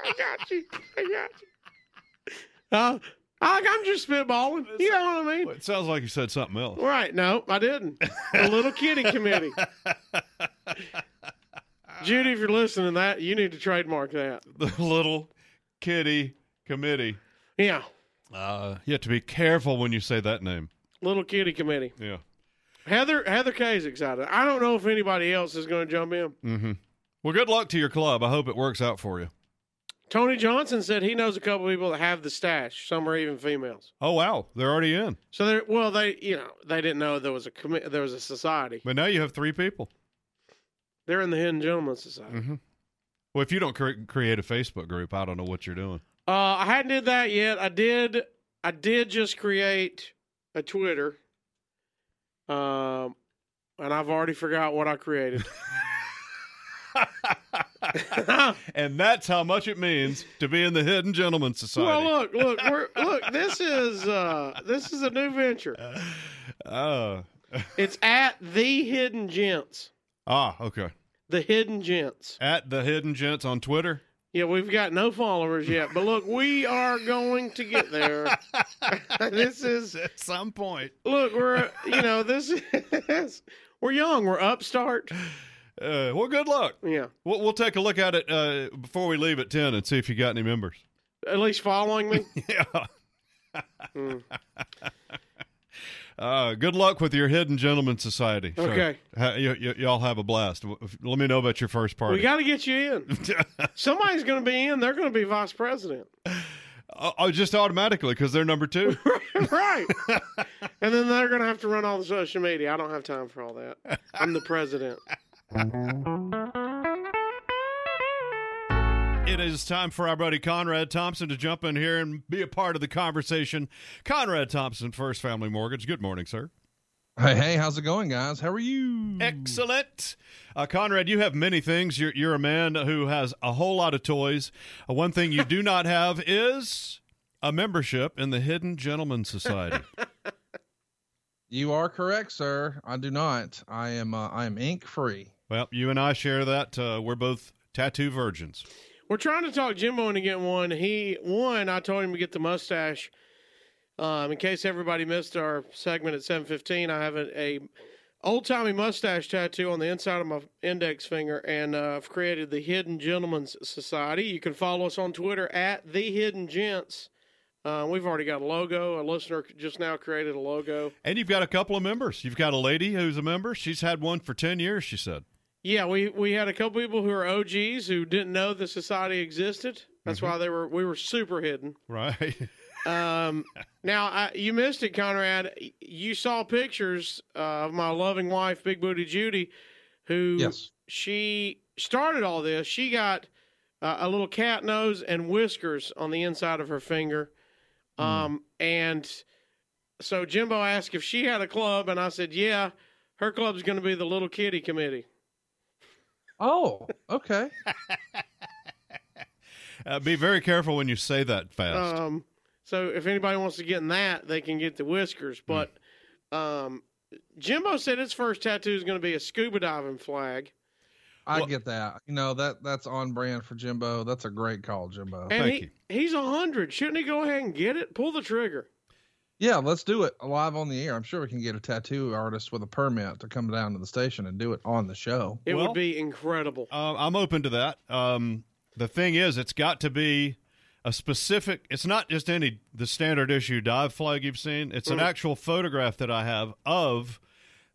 Speaker 3: I got you. I got you. Uh, I, I'm just spitballing. You know what I mean?
Speaker 2: It sounds like you said something else.
Speaker 3: Right? No, I didn't. The little kitty committee. Judy, if you're listening, to that you need to trademark that.
Speaker 2: The little kitty committee.
Speaker 3: Yeah,
Speaker 2: Uh, you have to be careful when you say that name.
Speaker 3: little kitty committee.
Speaker 2: Yeah.
Speaker 3: Heather Heather Kay's excited. I don't know if anybody else is going to jump in.
Speaker 2: Mm-hmm. Well, good luck to your club. I hope it works out for you.
Speaker 3: Tony Johnson said he knows a couple people that have the stash. Some are even females.
Speaker 2: Oh wow, they're already in.
Speaker 3: So they are well, they you know they didn't know there was a commi- there was a society.
Speaker 2: But now you have three people.
Speaker 3: They're in the Hidden Gentleman Society.
Speaker 2: Mm-hmm. Well, if you don't cre- create a Facebook group, I don't know what you're doing.
Speaker 3: Uh, I hadn't did that yet. I did I did just create a Twitter. Um, and I've already forgot what I created.
Speaker 2: and that's how much it means to be in the Hidden Gentleman Society.
Speaker 3: well, look, look, we're, look. This is uh, this is a new venture.
Speaker 2: uh, Oh.
Speaker 3: It's at the Hidden Gents.
Speaker 2: Ah, okay.
Speaker 3: The Hidden Gents.
Speaker 2: At the Hidden Gents on Twitter.
Speaker 3: Yeah, we've got no followers yet, but look, we are going to get there. this is
Speaker 2: at some point.
Speaker 3: Look, we're you know this is we're young, we're upstart.
Speaker 2: Uh, well, good luck.
Speaker 3: Yeah,
Speaker 2: We'll, we'll take a look at it uh, before we leave at 10 and see if you got any members.
Speaker 3: at least following me.
Speaker 2: yeah.
Speaker 3: Mm.
Speaker 2: Uh, good luck with your Hidden Gentleman Society. sir.
Speaker 3: Okay.
Speaker 2: Ha- y- y- y'all have a blast. W- f- Let me know about your first party.
Speaker 3: We got to get you in. Somebody's going to be in. They're going to be vice president.
Speaker 2: oh, oh, just automatically because they're number two.
Speaker 3: right. and then they're going to have to run all the social media. I don't have time for all that. I'm the president.
Speaker 2: It is time for our buddy Conrad Thompson to jump in here and be a part of the conversation. Conrad Thompson, First Family Mortgage. Good morning, sir.
Speaker 4: Hey, hey, how's it going, guys? How are you?
Speaker 2: Excellent. Uh, Conrad, you have many things. You're, you're a man who has a whole lot of toys. Uh, one thing you do not have is a membership in the Hidden Gentleman Society.
Speaker 4: You are correct, sir. I do not. I am. Uh, I am ink free.
Speaker 2: well, you and I share that. Uh, we're both tattoo virgins.
Speaker 3: We're trying to talk Jimbo into getting one. He one, I told him to get the mustache. Um, in case everybody missed our segment at seven fifteen, I have a, a old timey mustache tattoo on the inside of my index finger, and uh, I've created the Hidden Gentlemen's Society. You can follow us on Twitter at the Hidden Gents. Uh, we've already got a logo. A listener just now created a logo.
Speaker 2: And you've got a couple of members. You've got a lady who's a member. She's had one for 10 years, she said.
Speaker 3: Yeah, we we had a couple people who are OGs who didn't know the society existed. That's why they were we were super hidden.
Speaker 2: Right.
Speaker 3: Um, now I, you missed it, Conrad. You saw pictures uh, of my loving wife, Big Booty Judy, who
Speaker 4: Yes.
Speaker 3: she started all this. She got uh, a little cat nose and whiskers on the inside of her finger, um, and so Jimbo asked if she had a club, and I said, "Yeah, her club's going to be the Little Kitty Committee."
Speaker 4: Oh, okay.
Speaker 2: Uh, be very careful when you say that fast.
Speaker 3: Um, so if anybody wants to get in that, they can get the whiskers. But um, Jimbo said his first tattoo is going to be a scuba diving flag,
Speaker 4: I
Speaker 3: Well-
Speaker 4: get that. You know that that's on brand for Jimbo. That's a great call, Jimbo.
Speaker 3: and he he's a hundred. Shouldn't he go ahead and get it? Pull the trigger.
Speaker 4: Yeah, let's do it live on the air. I'm sure we can get a tattoo artist with a permit to come down to the station and do it on the show.
Speaker 3: It would be incredible.
Speaker 2: Uh, I'm open to that. Um, the thing is, it's got to be a specific. It's not just any the standard issue dive flag you've seen. It's an
Speaker 3: Mm.
Speaker 2: actual photograph that I have of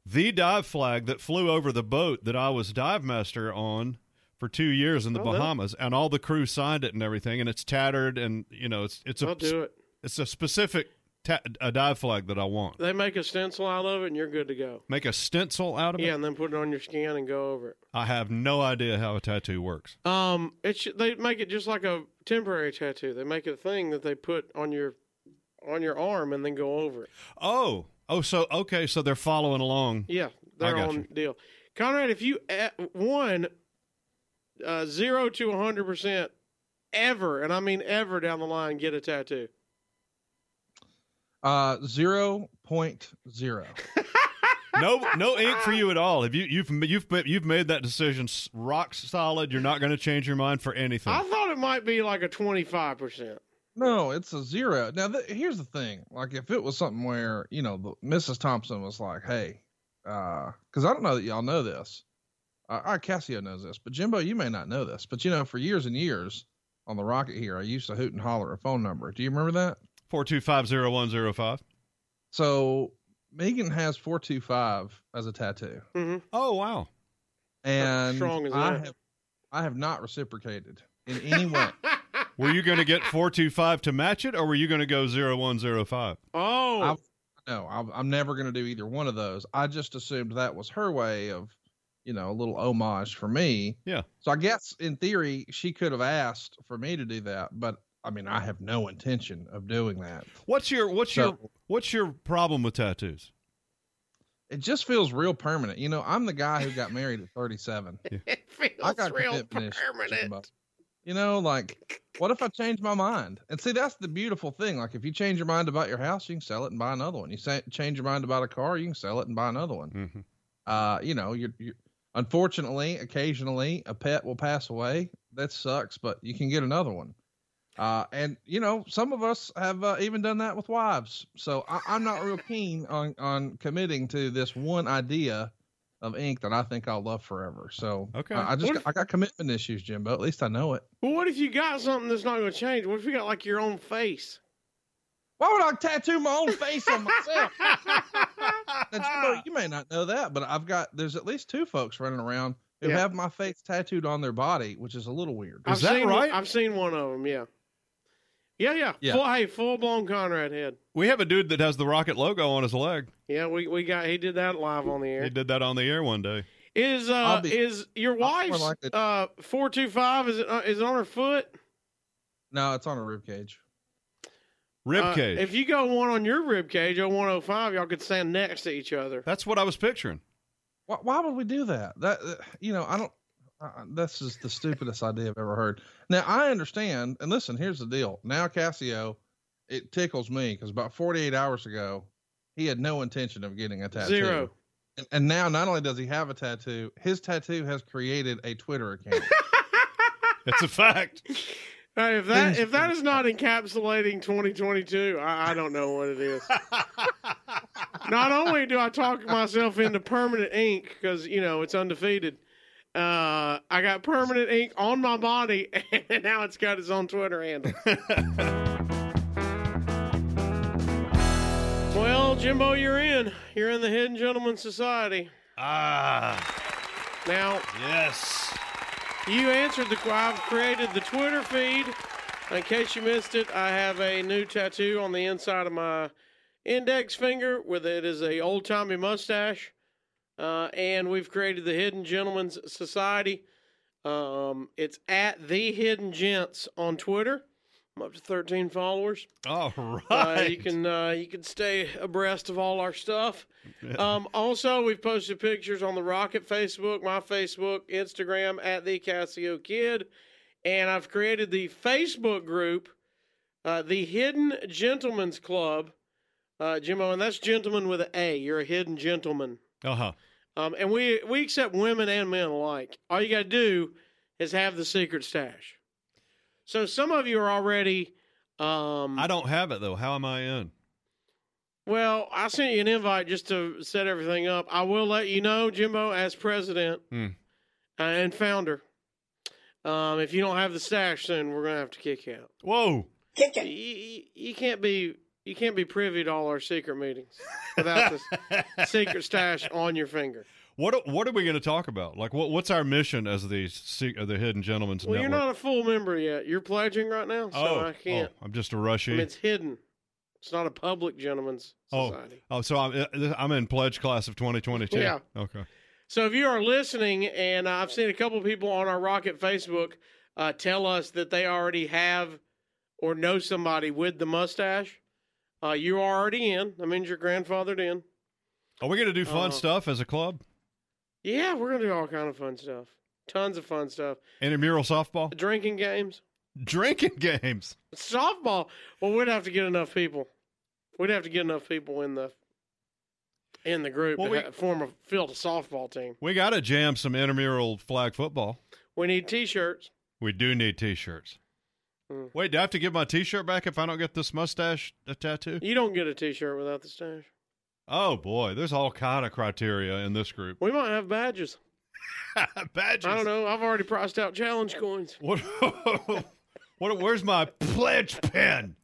Speaker 2: the dive flag that flew over the boat that I was dive master on for two years in the
Speaker 3: Oh, no.
Speaker 2: Bahamas, and all the crew signed it and everything, and it's tattered, and you know, it's it's a
Speaker 3: I'll do it.
Speaker 2: it's a specific ta- a dive flag that I want.
Speaker 3: They make a stencil out of it, and you're good to go.
Speaker 2: Make a stencil out of it.
Speaker 3: Yeah, and then put it on your skin and go over it.
Speaker 2: I have no idea how a tattoo works.
Speaker 3: Um, it should, they make it just like a temporary tattoo. They make it a thing that they put on your on your arm and then go over it.
Speaker 2: Oh, oh, so okay, so they're following along.
Speaker 3: Yeah, their
Speaker 2: got
Speaker 3: own
Speaker 2: you.
Speaker 3: deal. Conrad, if you at one uh, zero to one hundred percent ever, and I mean ever down the line, get a tattoo.
Speaker 4: Uh, zero point zero.
Speaker 2: no, no ink for you at all. Have you you've you've you've made that decision s- rock solid. You're not going to change your mind for anything.
Speaker 3: I thought it might be like a twenty five percent.
Speaker 4: No, it's a zero. Now, th- here's the thing: like, if it was something where you know the, Mrs. Thompson was like, "Hey," because I don't know that y'all know this. Uh, our Cassio knows this, but Jimbo, you may not know this. But you know, for years and years on the rocket here, I used to hoot and holler a phone number. Do you remember that?
Speaker 2: Four two five zero one zero five.
Speaker 4: So Megan has four two five as a tattoo,
Speaker 2: Oh wow!
Speaker 4: and
Speaker 3: strong is
Speaker 4: I
Speaker 3: that?
Speaker 4: have I have not reciprocated in any way.
Speaker 2: Were you going to get four two five to match it, or were you going to go zero one zero five?
Speaker 3: Oh,
Speaker 4: I, no, I'm, I'm never going to do either one of those. I just assumed that was her way of, you know, a little homage for me.
Speaker 2: Yeah.
Speaker 4: So I guess in theory, she could have asked for me to do that, but I mean, I have no intention of doing that.
Speaker 2: What's your what's
Speaker 4: So-
Speaker 2: your what's your problem with tattoos?
Speaker 4: It just feels real permanent. You know, I'm the guy who got married at 37.
Speaker 3: it
Speaker 4: I
Speaker 3: feels
Speaker 4: got
Speaker 3: real
Speaker 4: commitment issues, Jimbo.
Speaker 3: permanent.
Speaker 4: You know, like, what if I change my mind? And see, that's the beautiful thing. Like, if you change your mind about your house, you can sell it and buy another one. You say, change your mind about a car, you can sell it and buy another one. Uh, you know, you're, you're unfortunately, occasionally, a pet will pass away. That sucks, but you can get another one. Uh, and you know, some of us have uh, even done that with wives. So I, I'm not real keen on on committing to this one idea of ink that I think I'll love forever. So
Speaker 2: Okay.
Speaker 4: I, I just
Speaker 3: What
Speaker 4: got, I got commitment issues, Jimbo. At least I know it.
Speaker 3: Well, what if you got something that's not going to change? What if you got like your own face?
Speaker 4: Why would I tattoo my own face on myself? Now, Jimbo, you may not know that, but I've got there's at least two folks running around who
Speaker 3: Yeah.
Speaker 4: have my face tattooed on their body, which is a little weird.
Speaker 3: I've seen, I've seen one of them. Yeah. Yeah, yeah.
Speaker 2: Yeah.
Speaker 3: Full, hey, full blown Conrad head.
Speaker 2: We have a dude that has the rocket logo on his leg.
Speaker 3: Yeah, we, we got he did that live on the air.
Speaker 2: He did that on the air one day.
Speaker 3: Is uh
Speaker 2: I'll be-
Speaker 3: is your wife's
Speaker 4: likely to-
Speaker 3: uh four two five? Is it uh, is it on her foot?
Speaker 4: No, it's on a rib cage.
Speaker 3: Uh, if you go one on your rib cage, on one hundred five, y'all could stand next to each other.
Speaker 2: That's what I was picturing.
Speaker 4: Why, why would we do that? That uh, you know, I don't. Uh, this is the stupidest idea I've ever heard. Now I understand, and listen. Here's the deal. Now Casio, it tickles me because about 48 hours ago, he had no intention of getting a tattoo.
Speaker 3: Zero.
Speaker 4: And, and now, not only does he have a tattoo, his tattoo has created a Twitter account.
Speaker 2: That's a fact.
Speaker 3: Hey, if that if that is not encapsulating 2022, I, I don't know what it is. not only do I talk myself into permanent ink because you know it's undefeated, uh, I got permanent ink on my body, and now it's got its own Twitter handle. well, Jimbo, you're in. You're in the Hidden Gentleman Society.
Speaker 2: Ah.
Speaker 3: Now,
Speaker 2: yes,
Speaker 3: you answered the. qu- I've created the Twitter feed. In case you missed it, I have a new tattoo on the inside of my index finger. With it is a old timey mustache, uh, and we've created the Hidden Gentlemen's Society. Um, it's at the Hidden Gents on Twitter. I'm up to 13 followers.
Speaker 2: All
Speaker 3: Uh,
Speaker 2: right.
Speaker 3: you can uh, you can stay abreast of all our stuff. Um, also, we've posted pictures on the Rocket Facebook, my Facebook, Instagram at the Casio Kid, and I've created the Facebook group, uh, the Hidden Gentlemen's Club, uh, Jimbo, and that's gentleman with an A. You're a hidden gentleman.
Speaker 2: Uh huh.
Speaker 3: Um, and we we accept women and men alike. All you got to do is have the secret stash. So some of you are already. Um,
Speaker 2: I don't have it though. How am I in?
Speaker 3: Well, I sent you an invite just to set everything up. I will let you know, Jimbo, as president uh,
Speaker 2: Hmm.
Speaker 3: and founder. Um, if you don't have the stash, then we're gonna have to kick you out.
Speaker 2: Whoa!
Speaker 3: Kick you, you, you can't be you can't be privy to all our secret meetings without the secret stash on your finger.
Speaker 2: What What are we going to talk about? Like, what What's our mission as the se- uh, the Hidden Gentleman's
Speaker 3: Well, you're
Speaker 2: Network?
Speaker 3: not a full member yet. You're pledging right now, so
Speaker 2: oh,
Speaker 3: I can't.
Speaker 2: oh, I'm just a
Speaker 3: I mean,
Speaker 2: rushy.
Speaker 3: it's hidden. It's not a public gentleman's
Speaker 2: Oh,
Speaker 3: society.
Speaker 2: oh, so I'm uh, I'm in pledge class of 2022.
Speaker 3: Yeah.
Speaker 2: Okay.
Speaker 3: So if you are listening, and I've seen a couple of people on our Rocket Facebook uh, tell us that they already have or know somebody with the mustache, uh, you are already in. That means you're grandfathered in.
Speaker 2: Are we going to do fun
Speaker 3: Uh,
Speaker 2: stuff as a club?
Speaker 3: Yeah, we're gonna do all kind of fun stuff. Tons of fun stuff.
Speaker 2: Intramural softball,
Speaker 3: Drinking games,
Speaker 2: drinking games.
Speaker 3: softball. Well, we'd have to get enough people. We'd have to get enough people in the in the group
Speaker 2: Well,
Speaker 3: to
Speaker 2: we-
Speaker 3: ha- form a field a softball team.
Speaker 2: We got to jam some intramural flag football.
Speaker 3: We need t-shirts.
Speaker 2: We do need T-shirts.
Speaker 3: Mm.
Speaker 2: Wait, do I have to give my T-shirt back if I don't get this mustache a tattoo?
Speaker 3: You don't get a t-shirt without the stash.
Speaker 2: Oh boy, there's all kind of criteria in this group.
Speaker 3: We might have badges.
Speaker 2: badges.
Speaker 3: I don't know. I've already priced out challenge coins.
Speaker 2: What? what? Where's my pledge pen?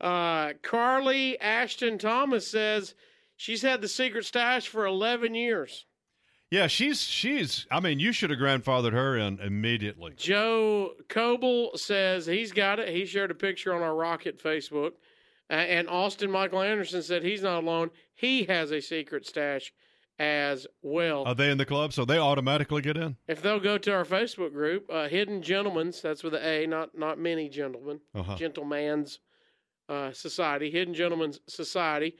Speaker 3: Uh, Carly Ashton Thomas says she's had the secret stash for 11 years.
Speaker 2: Yeah, she's she's. I mean, you should have grandfathered her in immediately.
Speaker 3: Joe Coble says he's got it. He shared a picture on our Rocket Facebook. Uh, and Austin Michael Anderson said he's not alone. He has a secret stash as well.
Speaker 2: Are they in the club? So they automatically get in.
Speaker 3: If they'll go to our Facebook group, uh, Hidden Gentlemen's, that's with a A, not not many gentlemen,
Speaker 2: Uh-huh.
Speaker 3: gentleman's uh, society, Hidden Gentlemen's Society.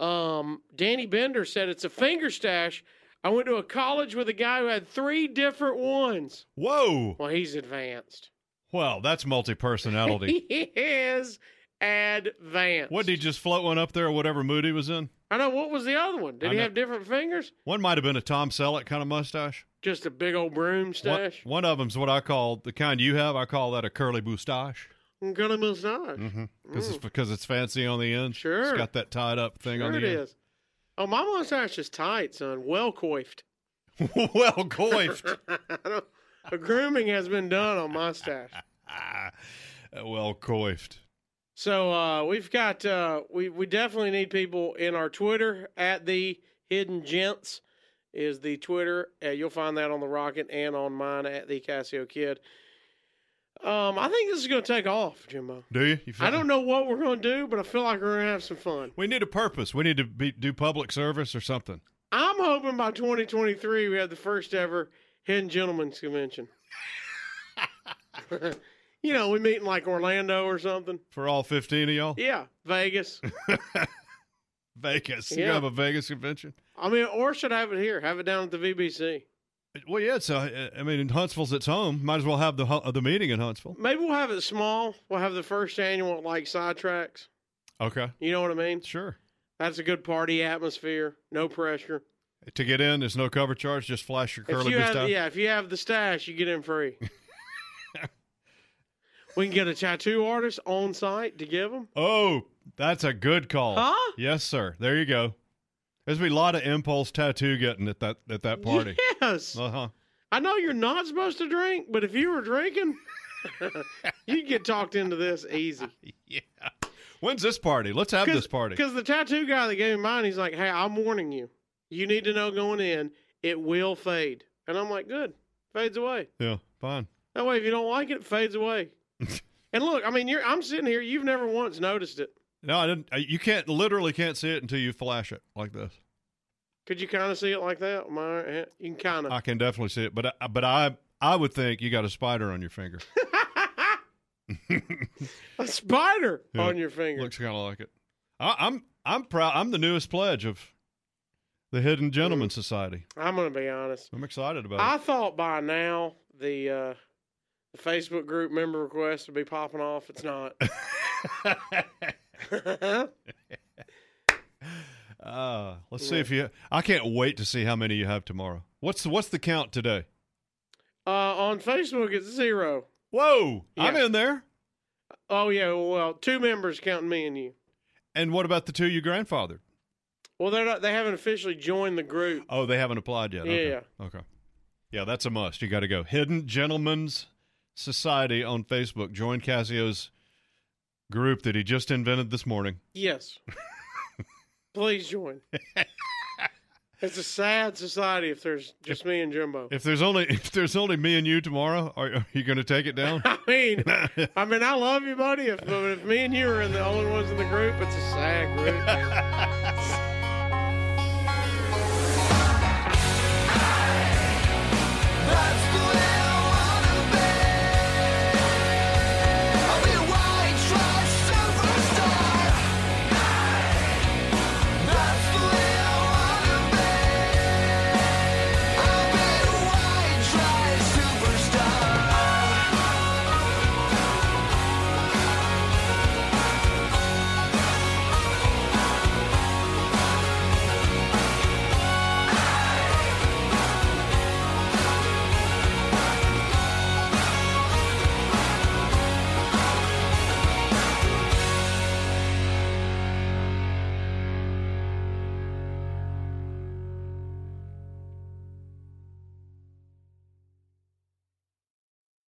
Speaker 3: Um, Danny Bender said it's a finger stash. I went to a college with a guy who had three different ones.
Speaker 2: Whoa!
Speaker 3: Well, he's advanced.
Speaker 2: Well, that's multi
Speaker 3: he
Speaker 2: personality.
Speaker 3: is advanced.
Speaker 2: what did he just float one up there? Whatever mood he was in.
Speaker 3: I know. What was the other one? Did
Speaker 2: I
Speaker 3: he
Speaker 2: know.
Speaker 3: have different fingers?
Speaker 2: One might have been a Tom Selleck kind of mustache.
Speaker 3: Just a big old broom
Speaker 2: One,
Speaker 3: stash.
Speaker 2: one of them's what I call the kind you have. I call that a curly moustache.
Speaker 3: What? Got a mustache.
Speaker 2: Mm-hmm. Because it's because it's fancy on the end.
Speaker 3: Mm. Sure.
Speaker 2: It's got that tied up thing on
Speaker 3: Sure
Speaker 2: the
Speaker 3: it
Speaker 2: end.
Speaker 3: is. Oh, my mustache is tight, son. Well coiffed.
Speaker 2: well coiffed.
Speaker 3: I don't- a grooming has been done on mustache.
Speaker 2: Uh, Well coiffed.
Speaker 3: So uh, we've got uh, we we definitely need people in our Twitter at the Hidden Gents is the Twitter. Uh, you'll find that on the Rocket and on mine at the Casio Kid. Um, I think this is going to take off, Jimbo.
Speaker 2: Do you? you feel-
Speaker 3: I don't know what we're going to do, but I feel like we're going to have some fun.
Speaker 2: We need a purpose. We need to be, do public service or something.
Speaker 3: I'm hoping by 2023 we have the first ever Hidden Gentlemen's Convention. you know, we meet in like Orlando or something.
Speaker 2: For all 15 of y'all?
Speaker 3: Yeah, Vegas.
Speaker 2: Vegas. You
Speaker 3: Yeah.
Speaker 2: have a Vegas convention?
Speaker 3: I mean, or should I have it here? Have it down at the VBC.
Speaker 2: Well, yeah. So, uh, I mean, in Huntsville's its home. Might as well have the hu- uh, the meeting in Huntsville.
Speaker 3: Maybe we'll have it small. We'll have the first annual like sidetracks.
Speaker 2: Okay.
Speaker 3: You know what I mean?
Speaker 2: Sure.
Speaker 3: That's a good party atmosphere. No pressure.
Speaker 2: To get in, there's no cover charge. Just flash your
Speaker 3: If
Speaker 2: curly
Speaker 3: you
Speaker 2: goose
Speaker 3: have,
Speaker 2: down.
Speaker 3: yeah, if you have the stash, you get in free. we can get a tattoo artist on site to give them.
Speaker 2: Oh, that's a good call.
Speaker 3: Huh?
Speaker 2: Yes, sir. There you go. There's gonna be a lot of impulse tattoo getting at that at that party.
Speaker 3: Yes.
Speaker 2: Uh huh.
Speaker 3: I know you're not supposed to drink, but if you were drinking, you'd get talked into this easy.
Speaker 2: yeah. When's this party? Let's have this party.
Speaker 3: Because the tattoo guy that gave me mine, he's like, hey, I'm warning you. You need to know going in, it will fade. And I'm like, good. Fades away.
Speaker 2: Yeah. Fine.
Speaker 3: That way, if you don't like it, it fades away. and look, I mean, you're, I'm sitting here. You've never once noticed it.
Speaker 2: No, I didn't. uh, You can't literally can't see it until you flash it like this.
Speaker 3: Could you kind of see it like that? My, eh, you can kind
Speaker 2: I
Speaker 3: of.
Speaker 2: can definitely see it, but I, but I I would think you got a spider on your finger.
Speaker 3: A spider
Speaker 2: Yeah,
Speaker 3: on your finger.
Speaker 2: Looks kind of like it. I, I'm I'm proud. I'm the newest pledge of the Hidden Gentleman Society.
Speaker 3: I'm going to be honest.
Speaker 2: I'm excited about
Speaker 3: Mm. I
Speaker 2: it.
Speaker 3: thought by now the uh, the Facebook group member request would be popping off. It's not.
Speaker 2: Uh, let's see if you. I can't wait to see how many you have tomorrow. What's what's the count today?
Speaker 3: uh, on Facebook, it's zero.
Speaker 2: Whoa, I'm in there.
Speaker 3: Oh yeah, well, two members counting me and you.
Speaker 2: And what about the two you grandfathered?
Speaker 3: Well, they're not. They haven't officially joined the group.
Speaker 2: Oh, they haven't applied yet. Okay.
Speaker 3: Yeah.
Speaker 2: Okay. Yeah, that's a must. You got to go. Hidden Gentlemen's Society on Facebook. Join Casio's group that he just invented this morning.
Speaker 3: Yes. Please join. it's a sad society if there's just me and Jimbo.
Speaker 2: If there's only if there's only me and you tomorrow, are, are you going to take it down?
Speaker 3: I mean, I mean, I love you, buddy. If, but if me and you are the only ones in the group, it's a sad group.